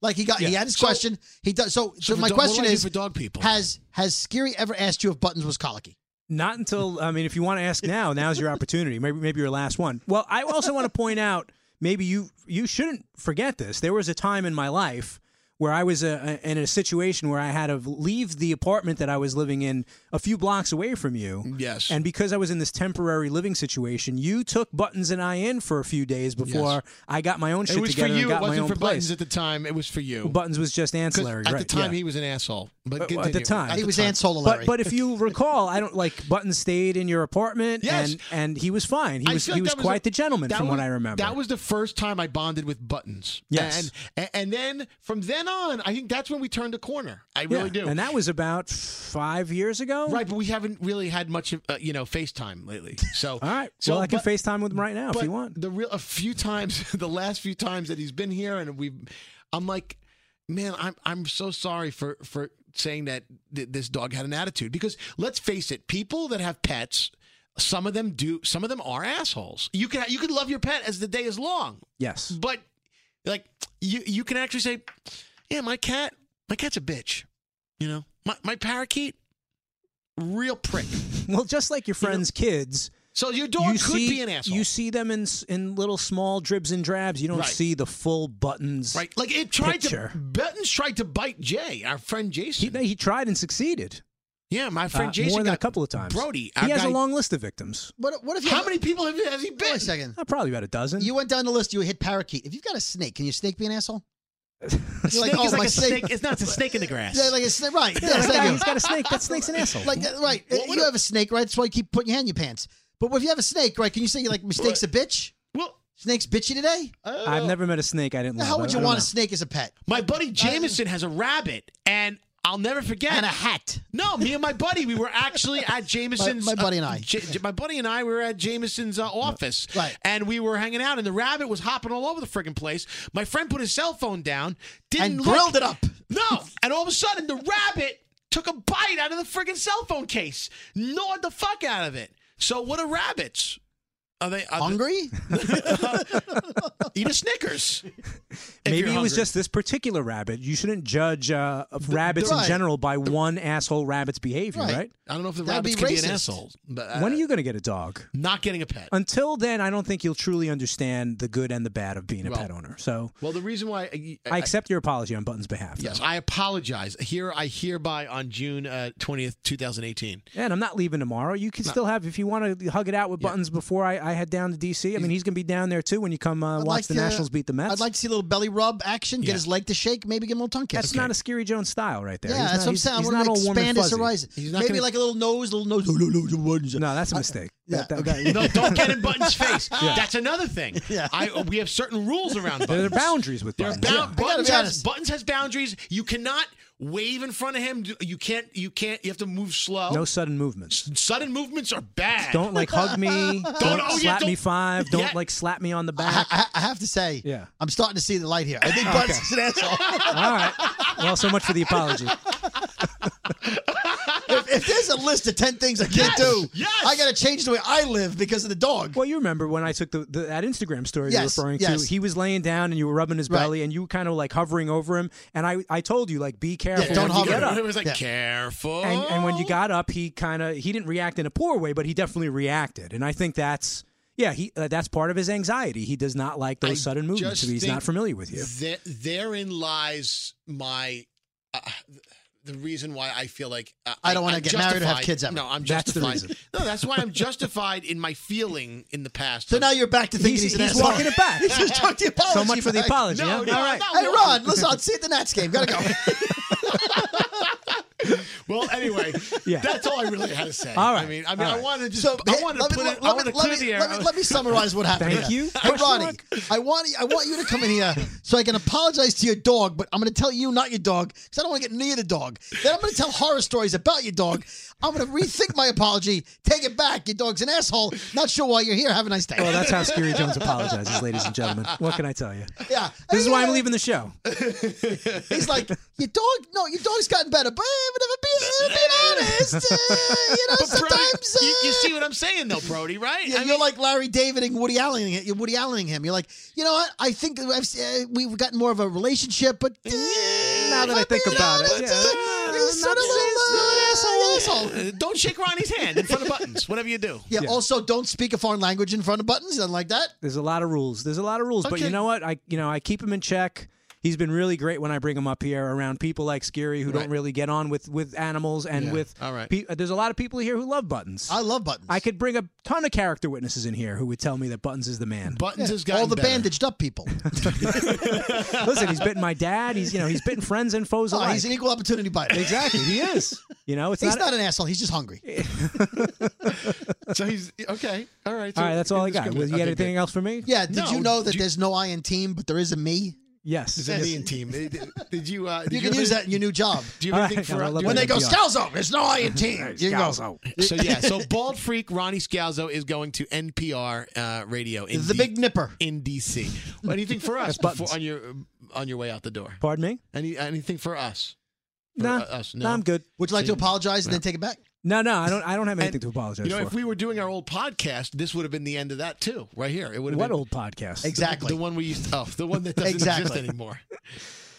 Speaker 8: Like he got, he
Speaker 7: Yeah.
Speaker 8: had his
Speaker 7: So-
Speaker 8: question. He does. So, so,
Speaker 7: for
Speaker 8: my
Speaker 7: dog- what do
Speaker 8: question
Speaker 7: I do
Speaker 8: is,
Speaker 7: for dog people.
Speaker 8: has has Scary ever asked you if Buttons was colicky?
Speaker 10: Not until I mean, if you want to ask now, now's your opportunity. Maybe maybe your last one. Well, I also want to point out maybe you you shouldn't forget this. There was a time in my life where I was uh in a situation where I had to leave the apartment that I was living in a few blocks away from you.
Speaker 7: Yes.
Speaker 10: And because I was in this temporary living situation, you took Buttons and I in for a few days before I got my own shit
Speaker 7: it was for
Speaker 10: together
Speaker 7: you.
Speaker 10: and got
Speaker 7: It
Speaker 10: my
Speaker 7: wasn't
Speaker 10: own
Speaker 7: for
Speaker 10: place.
Speaker 7: buttons at the time. It was for you.
Speaker 10: 'Cause Buttons was just
Speaker 7: 'Cause
Speaker 10: ancillary,
Speaker 7: at
Speaker 10: right?
Speaker 7: the time,
Speaker 10: yeah.
Speaker 7: he was an asshole. But
Speaker 10: Uh, at the
Speaker 7: continue.
Speaker 10: time.
Speaker 8: he was Ann Solari.
Speaker 10: But but if you recall, I don't like Button stayed in your apartment,
Speaker 7: Yes.
Speaker 10: and and he was fine. He
Speaker 7: I
Speaker 10: was
Speaker 7: feel
Speaker 10: he
Speaker 7: like
Speaker 10: was
Speaker 7: that
Speaker 10: quite
Speaker 7: a-
Speaker 10: the gentleman,
Speaker 7: that
Speaker 10: from what
Speaker 7: was-
Speaker 10: I remember.
Speaker 7: That was the first time I bonded with buttons.
Speaker 10: Yes.
Speaker 7: and, and then from then on, I think that's when we turned a corner. I really
Speaker 10: Yeah.
Speaker 7: do.
Speaker 10: And that was about five years ago,
Speaker 7: right, but we haven't really had much, of, uh, you know, FaceTime lately. So
Speaker 10: All right.
Speaker 7: so
Speaker 10: well, I can
Speaker 7: but-
Speaker 10: FaceTime with him right now if
Speaker 7: but
Speaker 10: you want.
Speaker 7: The real a few times, the last few times that he's been here, and we, I'm like, man, I'm I'm so sorry for for saying that th- this dog had an attitude because let's face it, people that have pets. Some of them do. Some of them are assholes. You can you can love your pet as the day is long,
Speaker 10: Yes.
Speaker 7: but like you you can actually say, yeah, my cat, my cat's a bitch. You know, my my parakeet, real prick.
Speaker 10: Well, just like your friend's kids,
Speaker 7: So your dog
Speaker 10: you
Speaker 7: could
Speaker 10: see
Speaker 7: be an asshole.
Speaker 10: you see them in s- in little small dribs and drabs. You don't
Speaker 7: Right.
Speaker 10: see the full buttons.
Speaker 7: Right. Like it tried
Speaker 10: picture.
Speaker 7: to Buttons tried to bite Jay, our friend
Speaker 10: He,
Speaker 7: Jason.
Speaker 10: he tried and succeeded
Speaker 7: yeah, my friend
Speaker 10: uh,
Speaker 7: Jason
Speaker 10: more than
Speaker 7: got
Speaker 10: a couple of times.
Speaker 7: Brody, our
Speaker 10: he has
Speaker 7: guy-
Speaker 10: a long list of victims.
Speaker 8: what what if you
Speaker 7: How many people have, has he
Speaker 8: Wait
Speaker 7: been?
Speaker 8: a second.
Speaker 10: Uh, probably about a dozen.
Speaker 8: You went down the list. You hit parakeet. If you've got a snake, can your snake be an asshole? You're "Oh,
Speaker 7: Snake is
Speaker 8: my
Speaker 7: like a snake. It's not it's a snake in the grass.
Speaker 8: Yeah, like a snake, right? Yeah,
Speaker 10: That
Speaker 8: thank
Speaker 10: guy,
Speaker 8: you.
Speaker 10: he's got a snake. That snake's an asshole.
Speaker 8: Like that, right?
Speaker 7: What would
Speaker 8: you
Speaker 7: a-
Speaker 8: have a snake, right? That's why you keep putting your hand in your pants. But if you have a snake, right? Can you say like mistakes a bitch?
Speaker 7: well,
Speaker 8: Snake's bitchy today.
Speaker 10: I've never met a snake I didn't
Speaker 8: Now,
Speaker 10: love.
Speaker 8: how
Speaker 10: I-
Speaker 8: would
Speaker 10: I
Speaker 8: you
Speaker 10: don't
Speaker 8: want a
Speaker 10: know.
Speaker 8: snake as a pet
Speaker 7: my
Speaker 10: uh,
Speaker 7: buddy Jameson has a rabbit, and I'll never forget.
Speaker 8: and a hat?
Speaker 7: no, me and my buddy, we were actually at Jameson's.
Speaker 8: My- my buddy and I.
Speaker 7: J- J- my buddy and I were at Jameson's uh, office,
Speaker 8: Right.
Speaker 7: and we were hanging out, and the rabbit was hopping all over the friggin' place. My friend put his cell phone down, didn't
Speaker 8: And
Speaker 7: look,
Speaker 8: grilled it up.
Speaker 7: No. And all of a sudden, the rabbit took a bite out of the friggin' cell phone case, gnawed the fuck out of it. So what are rabbits? Are they are
Speaker 8: Hungry?
Speaker 7: They, eat a Snickers. if
Speaker 10: Maybe
Speaker 7: you're
Speaker 10: it was
Speaker 7: hungry.
Speaker 10: just this particular rabbit. You shouldn't judge uh, of rabbits in
Speaker 8: right.
Speaker 10: general by one asshole rabbit's behavior,
Speaker 8: Right.
Speaker 10: right?
Speaker 7: I don't know if the
Speaker 8: That'd
Speaker 7: rabbits
Speaker 8: be
Speaker 7: could be an
Speaker 8: racist.
Speaker 7: asshole. But, uh,
Speaker 10: when are you going to get a dog?
Speaker 7: not getting a pet?
Speaker 10: Until then, I don't think you'll truly understand the good and the bad of being a
Speaker 7: Well,
Speaker 10: pet owner. So
Speaker 7: Well, the reason why I,
Speaker 10: I, accept your apology on Button's behalf.
Speaker 7: yes,
Speaker 10: though.
Speaker 7: I apologize. Here, I hereby on June uh, twentieth, two thousand eighteen.
Speaker 10: and I'm not leaving tomorrow. You can still have, if you want to hug it out with Buttons before I, I head down to D.C., I mean, he's going to be down there too when you come uh, watch
Speaker 8: like
Speaker 10: the
Speaker 8: to-
Speaker 10: Nationals beat the Mets.
Speaker 8: I'd like to see a little belly rub action. Get
Speaker 7: Yeah.
Speaker 8: his leg to shake. Maybe give him a little tongue kiss.
Speaker 10: that's not a Scary Jones style right there.
Speaker 8: Yeah,
Speaker 10: He's
Speaker 8: that's
Speaker 10: not-
Speaker 8: what I'm
Speaker 10: he's-
Speaker 8: saying. I
Speaker 10: he's
Speaker 8: want
Speaker 10: not
Speaker 8: to
Speaker 10: all warm and
Speaker 8: expand his
Speaker 10: fuzzy.
Speaker 8: horizon.
Speaker 7: He's not
Speaker 8: Maybe
Speaker 7: gonna-
Speaker 8: like a little nose, little nose. No,
Speaker 10: No, that's a mistake.
Speaker 8: yeah,
Speaker 10: That- that-
Speaker 8: okay.
Speaker 10: that-
Speaker 7: No, don't get in Button's face. That's another thing.
Speaker 8: Yeah.
Speaker 7: I, uh, we have certain rules around Buttons.
Speaker 10: there are boundaries with
Speaker 7: There are
Speaker 10: Buttons.
Speaker 7: bou-
Speaker 8: I gotta
Speaker 7: buttons,
Speaker 8: be
Speaker 7: has,
Speaker 8: honest.
Speaker 7: buttons has boundaries. You cannot wave in front of him. You can't. You can't. You have to move slow.
Speaker 10: No sudden movements.
Speaker 7: sudden movements are bad.
Speaker 10: Don't like hug me. Don't,
Speaker 7: oh, yeah,
Speaker 10: slap me
Speaker 7: don't-
Speaker 10: five. Don't
Speaker 7: Yeah.
Speaker 10: like slap me on the
Speaker 8: I,
Speaker 10: back.
Speaker 8: I- I have to say,
Speaker 10: Yeah.
Speaker 8: I'm starting to see the light here. I think Buttons is an asshole.
Speaker 10: All right. Well, so much for the apology.
Speaker 8: if, if there's a list of ten things I can't
Speaker 7: Yes!
Speaker 8: do,
Speaker 7: Yes!
Speaker 8: I got to change the way I live because of the dog.
Speaker 10: Well, you remember when I took the, the that Instagram story
Speaker 8: Yes,
Speaker 10: you're referring
Speaker 8: yes.
Speaker 10: to? He was laying down and you were rubbing his
Speaker 8: Right.
Speaker 10: belly and you were kind of like hovering over him. And I, I told you like be careful.
Speaker 8: don't
Speaker 10: when
Speaker 8: hover.
Speaker 10: you get up.
Speaker 7: It was like
Speaker 8: Yeah.
Speaker 7: careful.
Speaker 10: And, and when you
Speaker 7: Oh.
Speaker 10: got up, he kind of he didn't react in a poor way, but he definitely reacted. And I think that's yeah, he uh, that's part of his anxiety. He does not like those
Speaker 7: I
Speaker 10: sudden movements
Speaker 7: just
Speaker 10: if he's
Speaker 7: think
Speaker 10: not familiar with you.
Speaker 7: There, therein lies my uh, the reason why I feel like uh,
Speaker 8: I don't wanna
Speaker 7: I'm
Speaker 8: get married or have
Speaker 7: justified-
Speaker 8: kids ever.
Speaker 7: No, I'm
Speaker 10: That's the
Speaker 7: justified.
Speaker 10: reason.
Speaker 7: No, that's why I'm justified in my feeling in the past.
Speaker 8: So
Speaker 7: of-
Speaker 8: now you're back to thinking he's,
Speaker 10: He's-
Speaker 8: an
Speaker 10: he's
Speaker 8: asshole.
Speaker 10: walking it back.
Speaker 8: he's just talking the apology.
Speaker 10: So much for the
Speaker 8: back.
Speaker 10: apology.
Speaker 7: No,
Speaker 10: yeah?
Speaker 7: no,
Speaker 10: All right.
Speaker 7: no.
Speaker 8: Hey Ron, listen, I'll see you at the Nats game. Gotta go.
Speaker 7: Well, anyway,
Speaker 10: Yeah.
Speaker 7: that's all I really had to say.
Speaker 10: All right.
Speaker 7: I mean, I mean,
Speaker 10: All
Speaker 7: I
Speaker 10: right.
Speaker 7: wanted to just,
Speaker 8: So
Speaker 7: I wanted to
Speaker 8: let me-
Speaker 7: put
Speaker 8: let
Speaker 7: it,
Speaker 8: me-
Speaker 7: I wanted to
Speaker 8: let
Speaker 7: clear
Speaker 8: me-
Speaker 7: the air.
Speaker 8: Let me, let me summarize what happened.
Speaker 10: Thank
Speaker 8: here.
Speaker 10: you.
Speaker 8: Hey
Speaker 10: Question
Speaker 8: Ronnie,
Speaker 10: mark?
Speaker 8: I want I want you to come in here so I can apologize to your dog, but I'm going to tell you not your dog because I don't want to get near the dog. Then I'm going to tell horror stories about your dog. I'm going to rethink my apology, take it back. Your dog's an asshole. Not sure why you're here. Have a nice day.
Speaker 10: Well, that's how Scary Jones apologizes, ladies and gentlemen. What can I tell you?
Speaker 8: yeah,
Speaker 10: This is why I'm leaving the show.
Speaker 8: He's like, your dog. No, your dog's gotten better, but I'm being honest. uh, you know,
Speaker 7: Brody,
Speaker 8: sometimes.
Speaker 7: you, you
Speaker 8: uh,
Speaker 7: see what I'm saying, though, Brody, right?
Speaker 8: Yeah,
Speaker 7: I
Speaker 8: you're
Speaker 7: mean,
Speaker 8: like Larry David and Woody Allen. You're Woody Allening him. You're like, you know what? I think that I've, uh, we've gotten more of a relationship, but uh,
Speaker 10: Now that I think about it, yeah.
Speaker 8: you're sort of a little, uh, asshole.
Speaker 7: uh, don't shake Ronnie's hand in front of buttons, whatever you do.
Speaker 8: Yeah,
Speaker 10: Yeah.
Speaker 8: Also, don't speak a foreign language in front of buttons. He doesn't like that.
Speaker 10: There's a lot of rules. There's a lot of rules, but you
Speaker 7: Okay.
Speaker 10: know what? I you know I keep him in check. He's been really great when I bring him up here around people like Scary who
Speaker 7: Right.
Speaker 10: don't really get on with with animals and
Speaker 7: Yeah.
Speaker 10: with.
Speaker 7: All right.
Speaker 10: pe- uh, there's a lot of people here who love buttons.
Speaker 8: I love buttons.
Speaker 10: I could bring a ton of character witnesses in here who would tell me that Buttons is the man.
Speaker 7: Buttons has gotten
Speaker 8: all the
Speaker 7: better.
Speaker 8: bandaged up people.
Speaker 10: Listen, he's bitten my dad. He's you know he's bitten friends and foes
Speaker 8: Oh,
Speaker 10: alike.
Speaker 8: he's an equal opportunity biter.
Speaker 10: exactly, he is. You know, it's
Speaker 8: He's
Speaker 10: not.
Speaker 8: not an asshole. He's just hungry.
Speaker 7: So he's okay. All right. so
Speaker 10: all right, that's all I
Speaker 7: it's
Speaker 10: got.
Speaker 7: good.
Speaker 10: Well, you got
Speaker 7: Okay,
Speaker 10: anything else for me?
Speaker 8: Yeah. Did
Speaker 7: No,
Speaker 8: you know that
Speaker 7: do-
Speaker 8: there's no I in team, but there is a me?
Speaker 10: Yes.
Speaker 7: good. Indian team. Did, did you? Uh, did
Speaker 8: You can
Speaker 7: have
Speaker 8: use
Speaker 7: any-
Speaker 8: that in your new job.
Speaker 7: Do you have
Speaker 10: All
Speaker 7: anything
Speaker 10: right,
Speaker 7: for
Speaker 10: I'll let
Speaker 7: do you
Speaker 8: When
Speaker 10: me
Speaker 8: they
Speaker 7: have
Speaker 8: go
Speaker 10: Yeah.
Speaker 8: Scalzo, there's no I in team. You can go.
Speaker 7: any- So yeah. So bald freak Ronnie Scalzo is going to NPR uh, radio in
Speaker 8: The
Speaker 7: D-
Speaker 8: big nipper.
Speaker 7: in DC. Well, anything for us
Speaker 10: That's buttons.
Speaker 7: before, on your on your way out the door?
Speaker 10: Pardon me?
Speaker 7: Any anything for us? For
Speaker 10: Nah,
Speaker 7: uh, us, no.
Speaker 10: nah, I'm good.
Speaker 8: Would you like to apologize and then take it back?
Speaker 10: No, no, I don't. I don't have anything
Speaker 7: And,
Speaker 10: to apologize
Speaker 7: You know,
Speaker 10: for.
Speaker 7: if we were doing our old podcast, this would have been the end of that too, right here. It would have
Speaker 10: what
Speaker 7: been
Speaker 10: old podcast?
Speaker 8: Exactly.
Speaker 7: the one we used. Oh, the one that doesn't
Speaker 8: Exactly.
Speaker 7: exist anymore.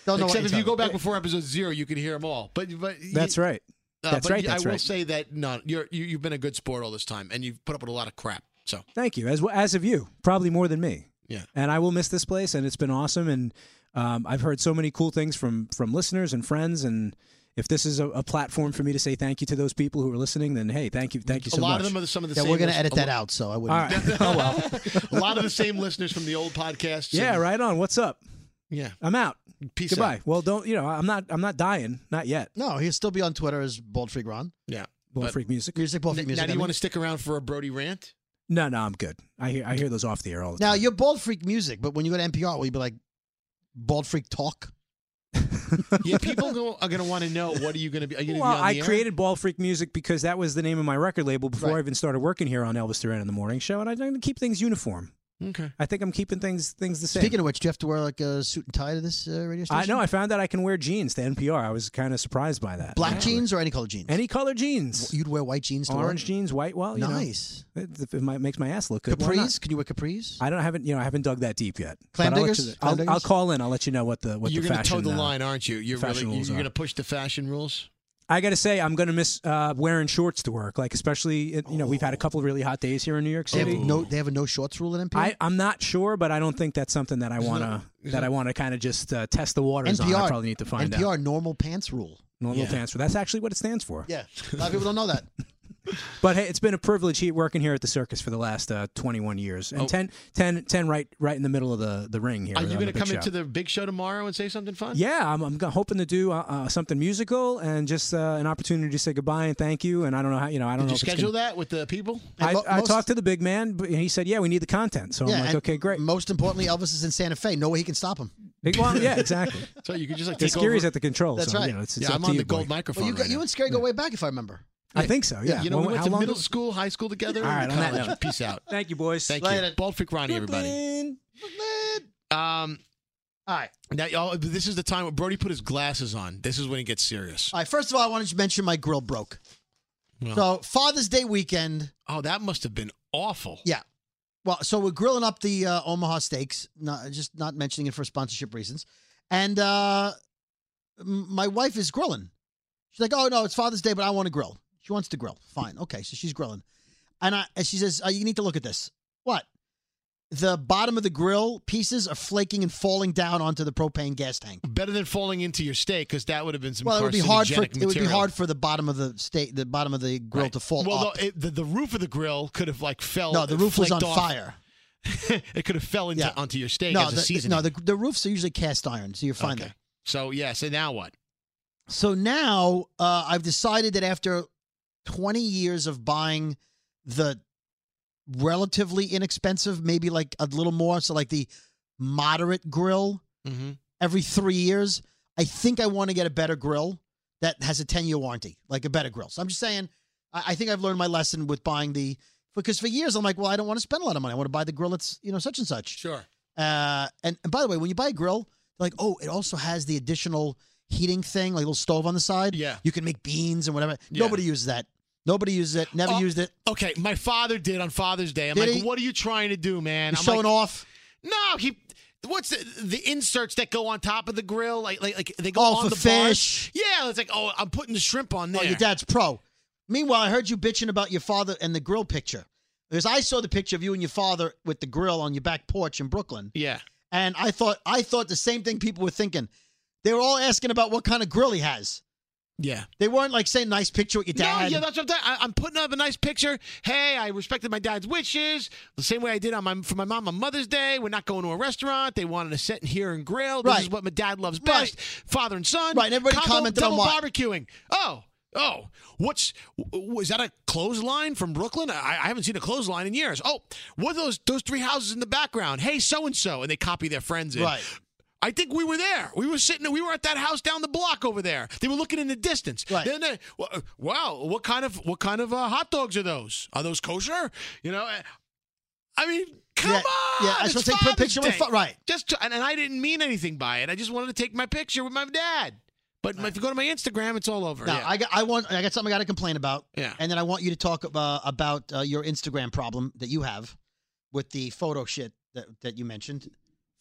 Speaker 8: Don't know what
Speaker 7: Except if
Speaker 8: you're
Speaker 7: you go
Speaker 8: talking
Speaker 7: back before episode zero, you can hear them all. But but
Speaker 10: That's right.
Speaker 7: Uh,
Speaker 10: That's
Speaker 7: but
Speaker 10: right,
Speaker 7: y-
Speaker 10: that's
Speaker 7: I will
Speaker 10: right.
Speaker 7: say that no, you're you, you've been a good sport all this time, and you've put up with a lot of crap. So
Speaker 10: Thank you. As well as of you, probably more than me.
Speaker 7: Yeah.
Speaker 10: And I will miss this place, and it's been awesome. And um, I've heard so many cool things from from listeners and friends. And if this is a, a platform for me to say thank you to those people who are listening, then hey, thank you, thank you
Speaker 7: a
Speaker 10: so
Speaker 7: lot
Speaker 10: much.
Speaker 7: of them are some of the
Speaker 8: Yeah,
Speaker 7: same.
Speaker 8: we're gonna
Speaker 7: lis-
Speaker 8: edit
Speaker 7: a
Speaker 8: that
Speaker 7: lo-
Speaker 8: out, so I
Speaker 10: All
Speaker 8: wouldn't.
Speaker 10: right. oh well.
Speaker 7: a lot of the same listeners from the old podcast.
Speaker 10: Yeah.
Speaker 7: and-
Speaker 10: Right on. What's up?
Speaker 7: Yeah.
Speaker 10: I'm out.
Speaker 7: Peace.
Speaker 10: Goodbye.
Speaker 7: out.
Speaker 10: Well, don't you know? I'm not. I'm not dying. Not yet.
Speaker 8: No, he'll still be on Twitter as Bald Freak Ron.
Speaker 7: Yeah.
Speaker 10: Bone
Speaker 7: But-
Speaker 10: freak music.
Speaker 8: Music, Bald
Speaker 7: Now,
Speaker 8: Freak Music.
Speaker 7: do
Speaker 8: I
Speaker 7: you
Speaker 8: mean.
Speaker 7: want to stick around for a Brody rant?
Speaker 10: No, no, I'm good. I hear. I hear those off the air all the
Speaker 8: now you're Bald Freak Music, but when you go to NPR, will you be like Bald Freak Talk?
Speaker 7: Yeah, people go, are going to want to know what are you going to be? Are you going to
Speaker 10: Well,
Speaker 7: be on
Speaker 10: I
Speaker 7: the air?
Speaker 10: created Ball Freak Music because that was the name of my record label before
Speaker 8: Right.
Speaker 10: I even started working here on Elvis Duran in the Morning Show, and I'm going to keep things uniform.
Speaker 7: Okay.
Speaker 10: I think I'm keeping things things the same.
Speaker 8: Speaking of which, do you have to wear like a suit and tie to this uh, radio station?
Speaker 10: I know I found out I can wear jeans to NPR. I was kind of surprised by that.
Speaker 8: Black
Speaker 10: Actually.
Speaker 8: jeans or any color jeans?
Speaker 10: any color jeans,
Speaker 8: You'd wear white jeans. To work?
Speaker 10: orange jeans, white. Well, you know,
Speaker 8: Nice.
Speaker 10: it, it might- makes my ass look good. Why not?
Speaker 8: capris? Can you wear capris?
Speaker 10: I don't I haven't you know I haven't dug that deep yet.
Speaker 8: Clam
Speaker 10: But I'll let
Speaker 8: diggers?
Speaker 10: you-
Speaker 8: Clam
Speaker 10: I'll,
Speaker 8: diggers?
Speaker 10: I'll call in. I'll let you know what the what
Speaker 7: You're
Speaker 10: the
Speaker 7: going to toe
Speaker 10: fashion.
Speaker 7: the
Speaker 10: uh,
Speaker 7: line, aren't you? You're really
Speaker 10: fashion
Speaker 7: you're
Speaker 10: rules
Speaker 7: going
Speaker 10: are.
Speaker 7: to push the fashion rules.
Speaker 10: I got to say, I'm going to miss uh, wearing shorts to work. Like especially you know we've had a couple of really hot days here in New York
Speaker 7: Oh,
Speaker 8: they,
Speaker 10: City.
Speaker 8: have no, they have a no shorts rule at NPR.
Speaker 10: I, I'm not sure, but I don't think that's something that I want to that I want to kind of just uh, test the waters on. I
Speaker 8: NPR
Speaker 10: probably need to find
Speaker 8: NPR
Speaker 10: out.
Speaker 8: normal pants rule.
Speaker 10: Normal
Speaker 7: Yeah.
Speaker 10: transfer. That's actually what it stands for.
Speaker 8: Yeah, a lot of people don't know that.
Speaker 10: But hey, it's been a privilege he- working here at the circus for the last uh, 21 years, and
Speaker 7: Oh.
Speaker 10: 10, 10, 10 right, right in the middle of the the ring here.
Speaker 7: Are you
Speaker 10: going
Speaker 7: going
Speaker 10: to
Speaker 7: to come into the big show tomorrow and say something fun?
Speaker 10: Yeah, I'm, I'm go- hoping to do uh, uh, something musical and just uh, an opportunity to say goodbye and thank you. And I don't know how you know I
Speaker 7: Did
Speaker 10: don't know
Speaker 7: you
Speaker 10: if it's
Speaker 7: schedule
Speaker 10: gonna-
Speaker 7: that with the people?
Speaker 8: And
Speaker 10: I,
Speaker 8: mo-
Speaker 10: I
Speaker 8: most-
Speaker 10: talked to the big man, but he said, "Yeah, we need the content." So I'm like,
Speaker 8: and
Speaker 10: "Okay, great."
Speaker 8: Most importantly, Elvis is in Santa Fe. No way he can stop him.
Speaker 10: Well, yeah, exactly.
Speaker 7: So you could just like
Speaker 10: The
Speaker 7: take over.
Speaker 10: Scary's at the controls.
Speaker 8: That's
Speaker 10: so,
Speaker 8: right.
Speaker 10: You know, it's,
Speaker 7: yeah,
Speaker 10: it's up
Speaker 7: I'm
Speaker 10: to
Speaker 7: on
Speaker 10: you,
Speaker 7: the
Speaker 10: boy.
Speaker 7: gold microphone.
Speaker 8: Well, you,
Speaker 7: right
Speaker 8: got, you
Speaker 7: now.
Speaker 8: and Scary go way back, if I remember.
Speaker 10: I think so. Yeah.
Speaker 7: You know,
Speaker 10: When-
Speaker 7: we went
Speaker 10: how
Speaker 7: to
Speaker 10: long
Speaker 7: middle
Speaker 10: ago-
Speaker 7: school, high school together.
Speaker 10: All right,
Speaker 7: and
Speaker 10: on that
Speaker 7: college.
Speaker 10: note.
Speaker 7: Peace out.
Speaker 10: Thank you, boys.
Speaker 7: Thank
Speaker 8: Later.
Speaker 7: you. Bald Freak Ronnie, everybody. Um,
Speaker 8: All right.
Speaker 7: now, y'all, this is the time where Brody put his glasses on. This is when he gets serious.
Speaker 8: Uh, All right. First of all, I wanted to mention my grill broke. So Father's Day weekend.
Speaker 7: Oh, that must have been awful.
Speaker 8: Yeah. Well, so we're grilling up the uh, Omaha steaks, not, just not mentioning it for sponsorship reasons. And uh, m- my wife is grilling. She's like, "Oh no, it's Father's Day, but I want to grill." She wants to grill. Fine, okay. So she's grilling, and I and she says, uh, "You need to look at this. What? The bottom of the grill pieces are flaking and falling down onto the propane gas tank.
Speaker 7: Better than falling into your steak because that would have been some.
Speaker 8: Well, it would be hard for
Speaker 7: carcinogenic
Speaker 8: it would be
Speaker 7: material.
Speaker 8: hard for the bottom of the state, the bottom of the grill
Speaker 7: Right.
Speaker 8: to fall
Speaker 7: Well,
Speaker 8: up.
Speaker 7: the- it, the, the roof of the grill could have like fell.
Speaker 8: no, the roof was on
Speaker 7: flicked off.
Speaker 8: fire.
Speaker 7: it could have fell into
Speaker 8: Yeah.
Speaker 7: onto your steak
Speaker 8: No,
Speaker 7: as a
Speaker 8: the,
Speaker 7: seasoning.
Speaker 8: no, the, the roofs are usually cast iron, so you're fine
Speaker 7: Okay.
Speaker 8: there.
Speaker 7: So yeah. So now what?
Speaker 8: So now uh, I've decided that after 20 years of buying the relatively inexpensive, maybe like a little more, so like the moderate grill
Speaker 7: Mm-hmm.
Speaker 8: every three years, I think I want to get a better grill that has a 10 year warranty, like a better grill. So I'm just saying, I, I think I've learned my lesson with buying the. Because for years I'm like, well, I don't want to spend a lot of money. I want to buy the grill that's you know such and such.
Speaker 7: Sure.
Speaker 8: Uh, and, and by the way, when you buy a grill, they're like, oh, it also has the additional heating thing, like a little stove on the side.
Speaker 7: Yeah.
Speaker 8: You can make beans and whatever.
Speaker 7: Yeah.
Speaker 8: Nobody uses that. Nobody uses it. Never
Speaker 7: Oh,
Speaker 8: used it.
Speaker 7: Okay. My father did on Father's Day. I'm
Speaker 8: Did
Speaker 7: like,
Speaker 8: he?
Speaker 7: what are you trying to do, man?
Speaker 8: You're
Speaker 7: I'm
Speaker 8: showing
Speaker 7: like,
Speaker 8: off.
Speaker 7: No, he. What's the, the inserts that go on top of the grill? Like, like, like they go
Speaker 8: Oh,
Speaker 7: on
Speaker 8: for
Speaker 7: the bars?
Speaker 8: fish.
Speaker 7: Yeah, it's like, oh, I'm putting the shrimp on there.
Speaker 8: Oh, your dad's pro. Meanwhile, I heard you bitching about your father and the grill picture. Because I saw the picture of you and your father with the grill on your back porch in Brooklyn.
Speaker 7: yeah.
Speaker 8: And I thought I thought the same thing people were thinking. They were all asking about what kind of grill he has.
Speaker 7: Yeah.
Speaker 8: They weren't like saying nice picture with your dad.
Speaker 7: No, yeah, that's what I'm saying. I- I'm putting up a nice picture. Hey, I respected my dad's wishes the same way I did on my for my mom on Mother's Day. We're not going to a restaurant. They wanted to sit in here and grill. This
Speaker 8: Right.
Speaker 7: is what my dad loves
Speaker 8: Right.
Speaker 7: best. Father and son.
Speaker 8: Right, and everybody
Speaker 7: Combo-
Speaker 8: commented on
Speaker 7: double
Speaker 8: what?
Speaker 7: barbecuing. Oh, oh, what's w- was that a clothesline from Brooklyn? I, I haven't seen a clothesline in years. Oh, what are those those three houses in the background? Hey, so and so, and they copy their friends in.
Speaker 8: Right.
Speaker 7: I think we were there. We were sitting. We were at that house down the block over there. They were looking in the distance.
Speaker 8: Right.
Speaker 7: Then they, "Wa- wow, what kind of what kind of uh, hot dogs are those? Are those kosher? You know, uh, I mean, come
Speaker 8: Yeah,
Speaker 7: on.
Speaker 8: yeah, I was
Speaker 7: it's
Speaker 8: gonna take a
Speaker 7: Father's
Speaker 8: picture with
Speaker 7: Day.
Speaker 8: fa- right.
Speaker 7: Just to, and, and I didn't mean anything by it. I just wanted to take my picture with my dad. But if you go to my Instagram, it's all over.
Speaker 8: Now
Speaker 7: yeah.
Speaker 8: I got I want I got something I got to complain about.
Speaker 7: Yeah.
Speaker 8: And then I want you to talk about about uh, your Instagram problem that you have with the photo shit that that you mentioned.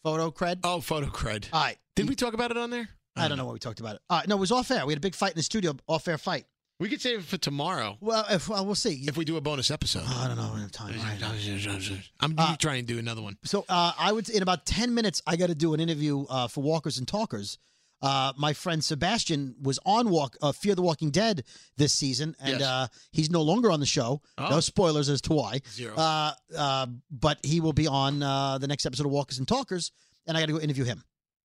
Speaker 8: Photo cred.
Speaker 7: oh, photo cred.
Speaker 8: All right.
Speaker 7: Did we talk about it on there?
Speaker 8: Uh, I don't know what we talked about. It. All right. No, it was off air. We had a big fight in the studio. Off air fight.
Speaker 7: We could save it for tomorrow
Speaker 8: Well, if, well we'll see.
Speaker 7: if we do a bonus episode.
Speaker 8: Oh, I don't know. We have time. I don't know.
Speaker 7: I'm
Speaker 8: Uh,
Speaker 7: trying to do another one.
Speaker 8: So uh, I would in about ten minutes I got to do an interview uh, for Walkers and Talkers. Uh, my friend Sebastian was on Walk uh, Fear the Walking Dead this season, and
Speaker 7: Yes.
Speaker 8: uh, he's no longer on the show. No
Speaker 7: Oh.
Speaker 8: spoilers as to why.
Speaker 7: Zero.
Speaker 8: Uh, uh, but he will be on uh, the next episode of Walkers and Talkers, and I got to go interview him.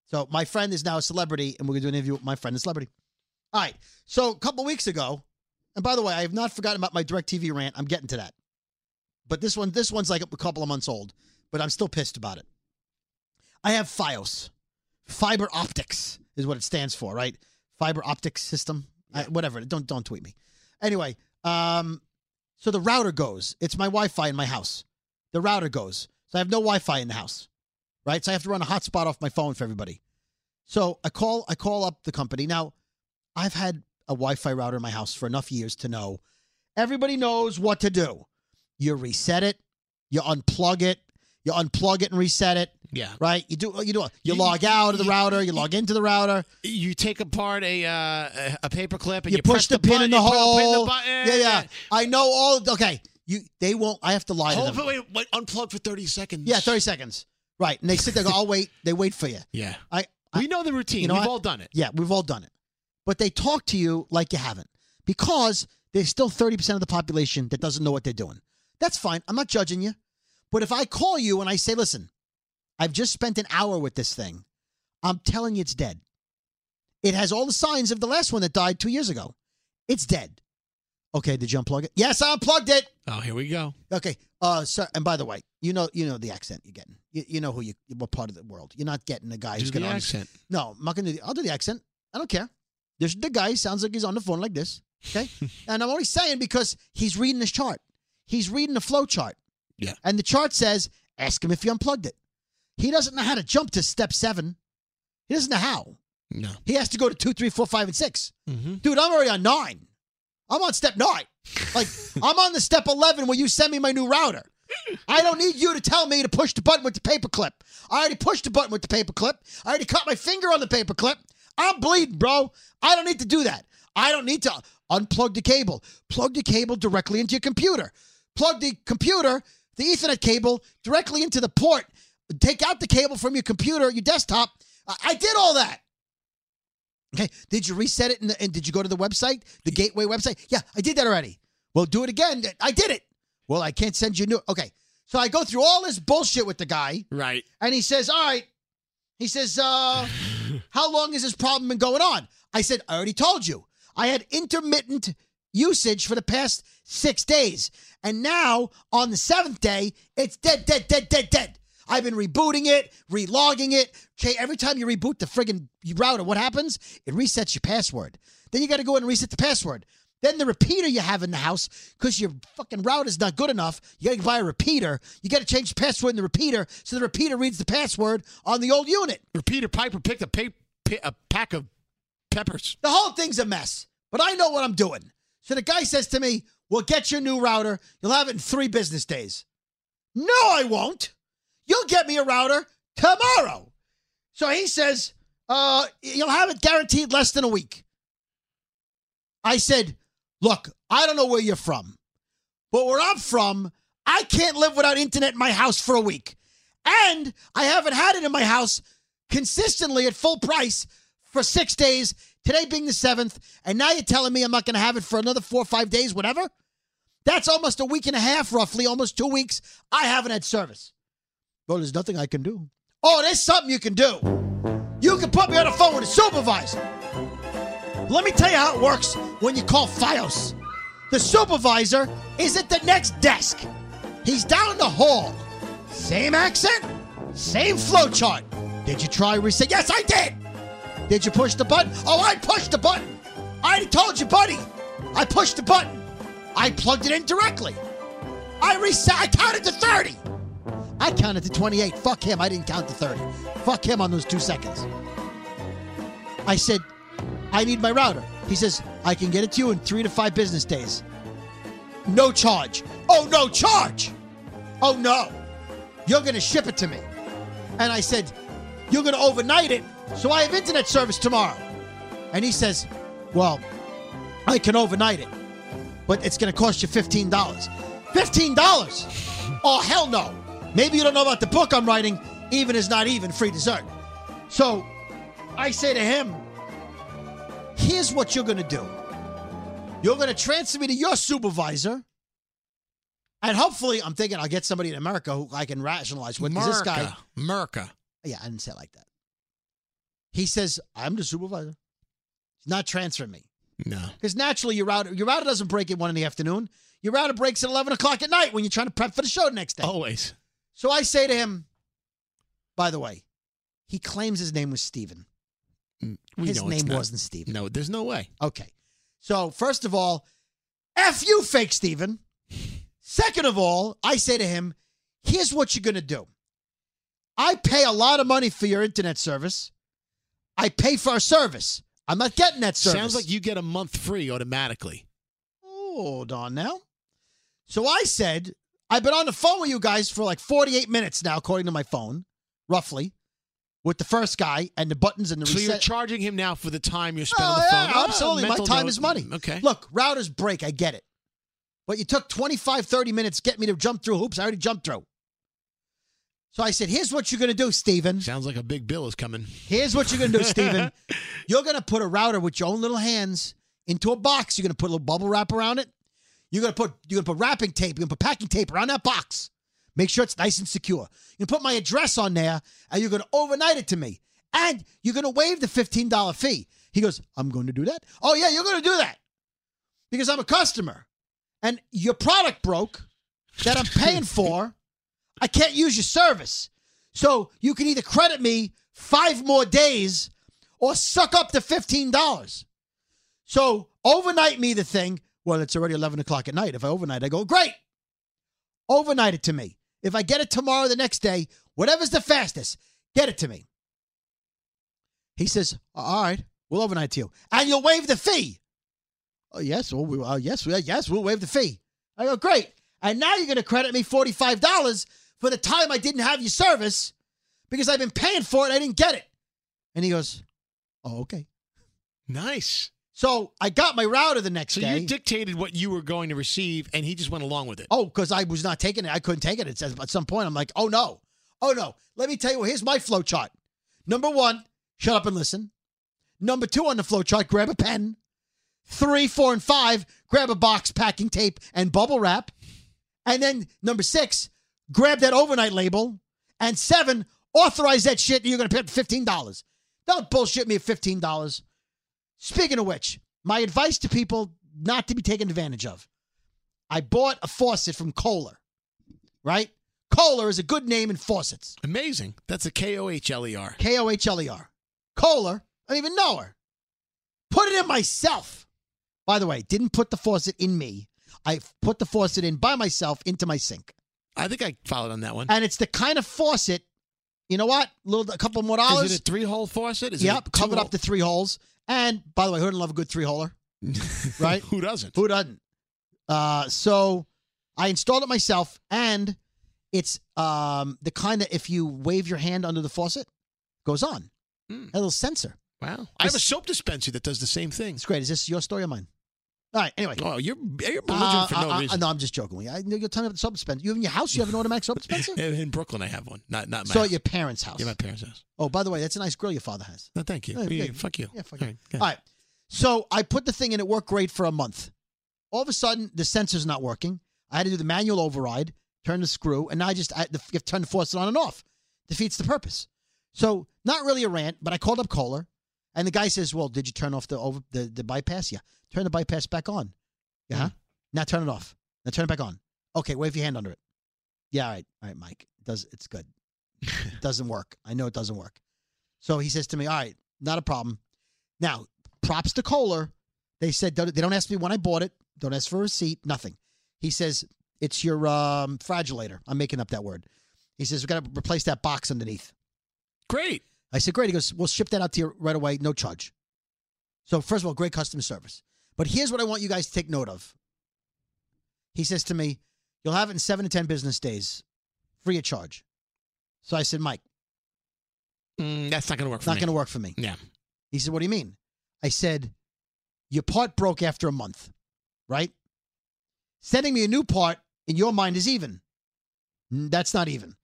Speaker 8: So my friend is now a celebrity, and we're gonna do an interview with my friend, a celebrity. All right. So a couple weeks ago, and by the way, I have not forgotten about my DirecTV rant. I'm getting to that. But this one, this one's like a couple of months old, but I'm still pissed about it. I have FiOS, fiber optics is what it stands for, right? Fiber optics system, I- whatever. Don't don't tweet me. Anyway, um, so the router goes. It's my Wi-Fi in my house. The router goes, so I have no Wi-Fi in the house, right? So I have to run a hotspot off my phone for everybody. So I call I call up the company. Now, I've had a Wi-Fi router in my house for enough years to know everybody knows what to do. You reset it, you unplug it, you unplug it and reset it,
Speaker 7: Yeah.
Speaker 8: right? You do you do
Speaker 7: You-
Speaker 8: you log out of the router, you log into the router,
Speaker 7: You take apart a uh, a- a paper clip and
Speaker 8: you,
Speaker 7: you,
Speaker 8: push
Speaker 7: press
Speaker 8: the pin in the
Speaker 7: button, you put a pin in the
Speaker 8: hole.
Speaker 7: button,
Speaker 8: yeah, yeah. I know all okay. You they won't I have to lie to
Speaker 7: Hold
Speaker 8: them.
Speaker 7: it, wait, wait, unplug for 30 seconds.
Speaker 8: Yeah, 30 seconds. Right. And they sit there and go, I'll wait. They wait for you.
Speaker 7: Yeah.
Speaker 8: I, I
Speaker 7: We know the routine.
Speaker 8: You know
Speaker 7: We've
Speaker 8: what?
Speaker 7: all done it.
Speaker 8: Yeah, we've all done it. But they talk to you like you haven't because there's still 30% of the population that doesn't know what they're doing. That's fine. I'm not judging you. But if I call you and I say, listen, I've just spent an hour with this thing, I'm telling you it's dead. It has all the signs of the last one that died two years ago. It's dead. Okay, did you unplug it? Yes, I unplugged it.
Speaker 7: Oh, here we go.
Speaker 8: Okay. Uh, sir, and by the way, you know, you know the accent you're getting. You, you know who you, what part of the world. You're not getting the guy who's
Speaker 7: Do
Speaker 8: going
Speaker 7: the
Speaker 8: to
Speaker 7: accent.
Speaker 8: No, I'm not going to. do the- I'll do the accent. I don't care. There's the guy sounds like he's on the phone like this. Okay, and I'm only saying because he's reading this chart. He's reading the flow chart.
Speaker 7: Yeah.
Speaker 8: And the chart says, ask him if he unplugged it. He doesn't know how to jump to step seven. He doesn't know how.
Speaker 7: No.
Speaker 8: He has to go to two, three, four, five, and six.
Speaker 7: Mm-hmm.
Speaker 8: Dude, I'm already on nine. I'm on step nine. Like I'm on the step eleven where you send me my new router. I don't need you to tell me to push the button with the paperclip. I already pushed the button with the paperclip. I already cut my finger on the paperclip. I'm bleeding, bro. I don't need to do that. I don't need to unplug the cable. Plug the cable directly into your computer. Plug the computer, the Ethernet cable, directly into the port. Take out the cable from your computer, your desktop. I, I did all that. Okay. Did you reset it? In the, and did you go to the website, the gateway website? Yeah, I did that already. Well, do it again. I did it. Well, I can't send you new. Okay. So I go through all this bullshit with the guy,
Speaker 7: Right.
Speaker 8: and he says, All right. He says, uh, How long has this problem been going on? I said, I already told you. I had intermittent usage for the past six days. And now on the seventh day, it's dead, dead, dead, dead, dead. I've been rebooting it, relogging it. Okay, every time you reboot the friggin' router, what happens? It resets your password. Then you got to go in and reset the password. Then the repeater you have in the house, because your fucking router's not good enough, you got to buy a repeater. You got to change the password in the repeater so the repeater reads the password on the old unit.
Speaker 7: Repeater Piper picked a, pa- pi- a pack of peppers.
Speaker 8: The whole thing's a mess, but I know what I'm doing. So the guy says to me, We'll get your new router. You'll have it in three business days. No, I won't. You'll get me a router tomorrow. So he says, uh, You'll have it guaranteed less than a week. I said, Look, I don't know where you're from, but where I'm from, I can't live without internet in my house for a week. And I haven't had it in my house consistently at full price for six days, today being the seventh, and now you're telling me I'm not going to have it for another four or five days, whatever? That's almost a week and a half, roughly, almost two weeks. I haven't had service. Well, there's nothing I can do. Oh, there's something you can do. You can put me on the phone with a supervisor. Let me tell you how it works when you call FiOS. The supervisor is at the next desk. He's down the hall. Same accent, same flowchart. Did you try reset? Yes, I did. Did you push the button? Oh, I pushed the button. I already told you, buddy. I pushed the button. I plugged it in directly. I reset. I counted to 30. I counted to 28. Fuck him. I didn't count to 30. Fuck him on those two seconds. I said, I need my router. He says, I can get it to you in three to five business days. No charge. Oh, no charge. Oh, no. You're going to ship it to me. And I said, You're going to overnight it, so I have internet service tomorrow. And he says, Well, I can overnight it, but it's going to cost you $15. $15? Oh, hell no. Maybe you don't know about the book I'm writing, Even is Not Even, Free Dessert. So I say to him, Here's what you're going to do you're going to transfer me to your supervisor. And hopefully, I'm thinking I'll get somebody in America who I can rationalize with. 'cause This guy,
Speaker 7: Merca.
Speaker 8: yeah, I didn't say it like that. He says, I'm the supervisor. He's not transferring me.
Speaker 7: No.
Speaker 8: Because naturally your router your router doesn't break at one in the afternoon. Your router breaks at eleven o'clock at night when you're trying to prep for the show the next day.
Speaker 7: Always.
Speaker 8: So I say to him, by the way, he claims his name was Steven.
Speaker 7: We
Speaker 8: his
Speaker 7: know it's
Speaker 8: name
Speaker 7: not.
Speaker 8: wasn't Steven.
Speaker 7: No, there's no way.
Speaker 8: Okay. So first of all, F you fake Steven. Second of all, I say to him, here's what you're gonna do. I pay a lot of money for your internet service. I pay for our service. I'm not getting that service.
Speaker 7: Sounds like you get a month free automatically.
Speaker 8: Hold on now. So I said, I've been on the phone with you guys for like 48 minutes now, according to my phone, roughly, with the first guy and the buttons and the
Speaker 7: So you're
Speaker 8: reset.
Speaker 7: charging him now for the time you're spending on
Speaker 8: oh,
Speaker 7: the phone.
Speaker 8: yeah,
Speaker 7: Ah,
Speaker 8: absolutely. My
Speaker 7: mental
Speaker 8: time
Speaker 7: note.
Speaker 8: is money.
Speaker 7: Okay.
Speaker 8: Look, routers break. I get it. But you took 25, 30 minutes to get me to jump through hoops. I already jumped through. So I said, here's what you're going to do, Steven.
Speaker 7: Sounds like a big bill is coming.
Speaker 8: Here's what you're gonna do, Steven. you're gonna put a router with your own little hands into a box. You're gonna put a little bubble wrap around it. You're gonna put you're gonna put wrapping tape, you're gonna put packing tape around that box. Make sure it's nice and secure. You put my address on there and you're gonna overnight it to me. And you're gonna waive the $15 fee. He goes, I'm gonna do that. Oh yeah, you're gonna do that. Because I'm a customer. And your product broke that I'm paying for. I can't use your service. So you can either credit me five more days or suck up the $15. So overnight me the thing. Well, it's already 11 o'clock at night. If I overnight, I go, great. Overnight it to me. If I get it tomorrow, the next day, whatever's the fastest, get it to me. He says, all right, we'll overnight to you. And you'll waive the fee. Oh, yes, well, we, uh, yes, we, yes, we'll waive the fee. I go, great. And now you're going to credit me $45 for the time I didn't have your service because I've been paying for it. and I didn't get it. And he goes, oh, okay.
Speaker 7: Nice.
Speaker 8: So I got my router the next
Speaker 7: So
Speaker 8: day.
Speaker 7: you dictated what you were going to receive, and he just went along with it.
Speaker 8: Oh, because I was not taking it. I couldn't take it. It says at some point I'm like, oh no, oh no. Let me tell you. Here's my flow chart. Number one, shut up and listen. Number two on the flow chart, grab a pen. Three, four, and five, grab a box, packing tape, and bubble wrap. And then number six, grab that overnight label. And seven, authorize that shit. And you're gonna pay fifteen dollars. Don't bullshit me at fifteen dollars. Speaking of which, my advice to people not to be taken advantage of. I bought a faucet from Kohler, right? Kohler is a good name in faucets.
Speaker 7: Amazing. That's a K O H L E R.
Speaker 8: K O H L E R. Kohler, I don't even know her. Put it in myself. By the way, didn't put the faucet in me. I put the faucet in by myself into my sink.
Speaker 7: I think I followed on that one.
Speaker 8: And it's the kind of faucet, you know what? Little, a couple more dollars.
Speaker 7: Is it a three hole faucet? Is
Speaker 8: yep,
Speaker 7: it
Speaker 8: covered up the three holes. And by the way, who doesn't love a good three holer?
Speaker 7: the
Speaker 8: right?
Speaker 7: Who doesn't?
Speaker 8: Who doesn't? Uh, so I installed it myself, and it's um, the kind that if you wave your hand under the faucet, goes on.
Speaker 7: Hmm.
Speaker 8: A little sensor.
Speaker 7: Wow. I have a
Speaker 8: This-
Speaker 7: soap dispenser that does the same thing.
Speaker 8: It's great. Is this your story or mine? All right. Anyway.
Speaker 7: Oh, you're you're belligerent
Speaker 8: Uh,
Speaker 7: for no
Speaker 8: I- I-
Speaker 7: reason.
Speaker 8: no, I'm just joking. with you. I know you're telling me about the soap dispenser. You have in your house. You have an automatic soap dispenser.
Speaker 7: In in Brooklyn, I have one. Not not my.
Speaker 8: so
Speaker 7: house.
Speaker 8: at your parents' house.
Speaker 7: yeah, my parents' house.
Speaker 8: oh, by the way, that's a nice grill your father has.
Speaker 7: No, thank you.
Speaker 8: Yeah,
Speaker 7: Yeah,
Speaker 8: yeah.
Speaker 7: Fuck you.
Speaker 8: Yeah, fuck
Speaker 7: All
Speaker 8: you.
Speaker 7: right, go
Speaker 8: All
Speaker 7: ahead.
Speaker 8: right. So I put the thing in. It worked great for a month. All of a sudden, the sensor's not working. I had to do the manual override, turn the screw, and now I just I, the, you have to turn the faucet on and off. Defeats the purpose. So not really a rant, but I called up Kohler, and the guy says, "Well, did you turn off the over the, the bypass? Yeah, turn the bypass back on. Yeah, now turn it off. Now turn it back on. Okay, wave your hand under it. Yeah, all right, all right, Mike. It does it's good? it doesn't work. I know it doesn't work. So he says to me, "All right, not a problem. Now, props to Kohler. They said don't- they don't ask me when I bought it. Don't ask for a receipt. Nothing. He says it's your um, fragilator. I'm making up that word. He says we got to replace that box underneath.
Speaker 7: Great.
Speaker 8: I said great. He goes we'll ship that out to you right away, no charge. So first of all, great customer service. But here's what I want you guys to take note of. He says to me, you'll have it in seven to ten business days, free of charge. So I said, Mike,
Speaker 7: Mm, that's not gonna work.
Speaker 8: it's
Speaker 7: For
Speaker 8: not
Speaker 7: me.
Speaker 8: going to work for me.
Speaker 7: Yeah.
Speaker 8: He said, What do you mean? I said, Your part broke after a month, right? Sending me a new part in your mind is even. Mm, That's not even.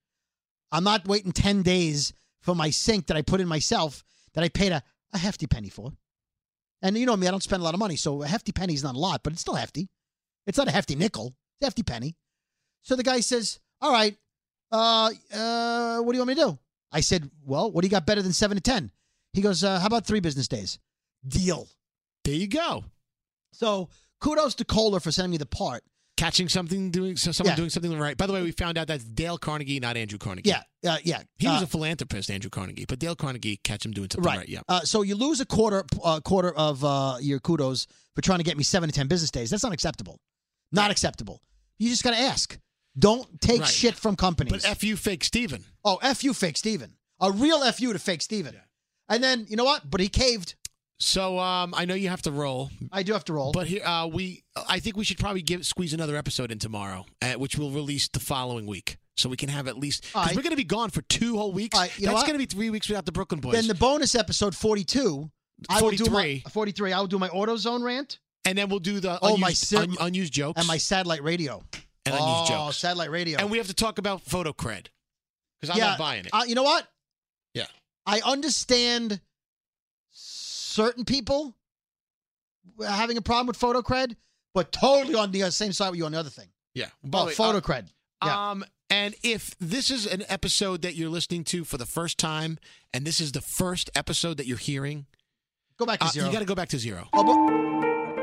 Speaker 8: I'm not waiting 10 days for my sink that I put in myself that I paid a, a hefty penny for. And you know me, I don't spend a lot of money, so a hefty penny is not a lot, but it's still hefty. It's not a hefty nickel, it's a hefty penny. So the guy says, All right, uh, uh, what do you want me to do? I said, Well, what do you got better than seven to 10? He goes, uh, How about three business days? Deal.
Speaker 7: There you go.
Speaker 8: So kudos to Kohler for sending me the part.
Speaker 7: Catching something, doing so someone
Speaker 8: Yeah.
Speaker 7: doing something right. By the way, we found out that's Dale Carnegie, not Andrew Carnegie.
Speaker 8: Yeah, uh, yeah.
Speaker 7: He was
Speaker 8: uh,
Speaker 7: a philanthropist, Andrew Carnegie, but Dale Carnegie catch him doing something right.
Speaker 8: right.
Speaker 7: yeah.
Speaker 8: Uh, so you lose a quarter, uh, quarter of uh, your kudos for trying to get me seven to ten business days. That's not acceptable. Not acceptable. You just got to ask. Don't take
Speaker 7: Right.
Speaker 8: shit from companies.
Speaker 7: But F you fake Steven.
Speaker 8: oh, f you, fake Steven. A real f you to fake Steven. And then you know what? But he caved.
Speaker 7: So um, I know you have to roll,
Speaker 8: I do have to roll.
Speaker 7: but here uh, we I think we should probably give squeeze another episode in tomorrow, uh, which we'll release the following week, so we can have at least
Speaker 8: All
Speaker 7: because
Speaker 8: right.
Speaker 7: we're going to be gone for two whole weeks.
Speaker 8: All right, you know
Speaker 7: That's
Speaker 8: what?
Speaker 7: going to be three weeks without the Brooklyn Boys,
Speaker 8: then the bonus episode forty-two. I will do my
Speaker 7: 43.
Speaker 8: forty-three. I will do my AutoZone rant.
Speaker 7: and then we'll do the
Speaker 8: Oh,
Speaker 7: unused,
Speaker 8: my sim-
Speaker 7: un- unused jokes
Speaker 8: and my satellite radio.
Speaker 7: and
Speaker 8: oh,
Speaker 7: unused jokes,
Speaker 8: satellite radio.
Speaker 7: and we have to talk about photo cred because I'm
Speaker 8: yeah,
Speaker 7: not buying it.
Speaker 8: uh, you know what?
Speaker 7: Yeah.
Speaker 8: I understand certain people having a problem with photo cred, but totally on the uh, same side with you on the other thing.
Speaker 7: yeah, By
Speaker 8: Oh,
Speaker 7: the way,
Speaker 8: photo
Speaker 7: uh,
Speaker 8: cred. Yeah.
Speaker 7: Um, and if this is an episode that you're listening to for the first time, and this is the first episode that you're hearing,
Speaker 8: Go back to
Speaker 7: uh,
Speaker 8: zero.
Speaker 7: you got to go back to zero.
Speaker 8: Oh,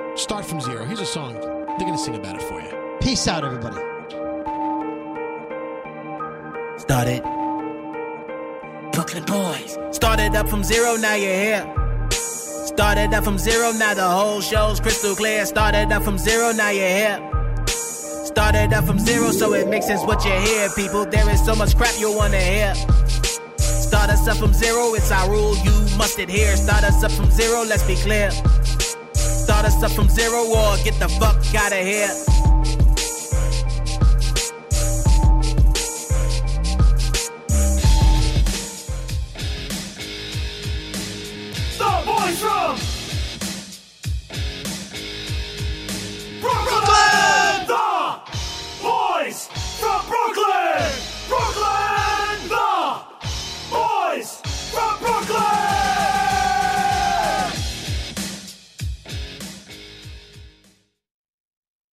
Speaker 8: but-
Speaker 7: Start from zero. Here's a song. They're gonna sing about it for you.
Speaker 8: peace out, everybody.
Speaker 11: Started. Brooklyn boys. Started up from zero, now you're here. Started up from zero, now the whole show's crystal clear. Started up from zero, now you're here. Started up from zero, so it makes sense what you hear, people. There is so much crap you'll wanna hear. Start us up from zero, it's our rule, you must adhere. Start us up from zero, let's be clear. Start us up from zero or get the fuck out of here.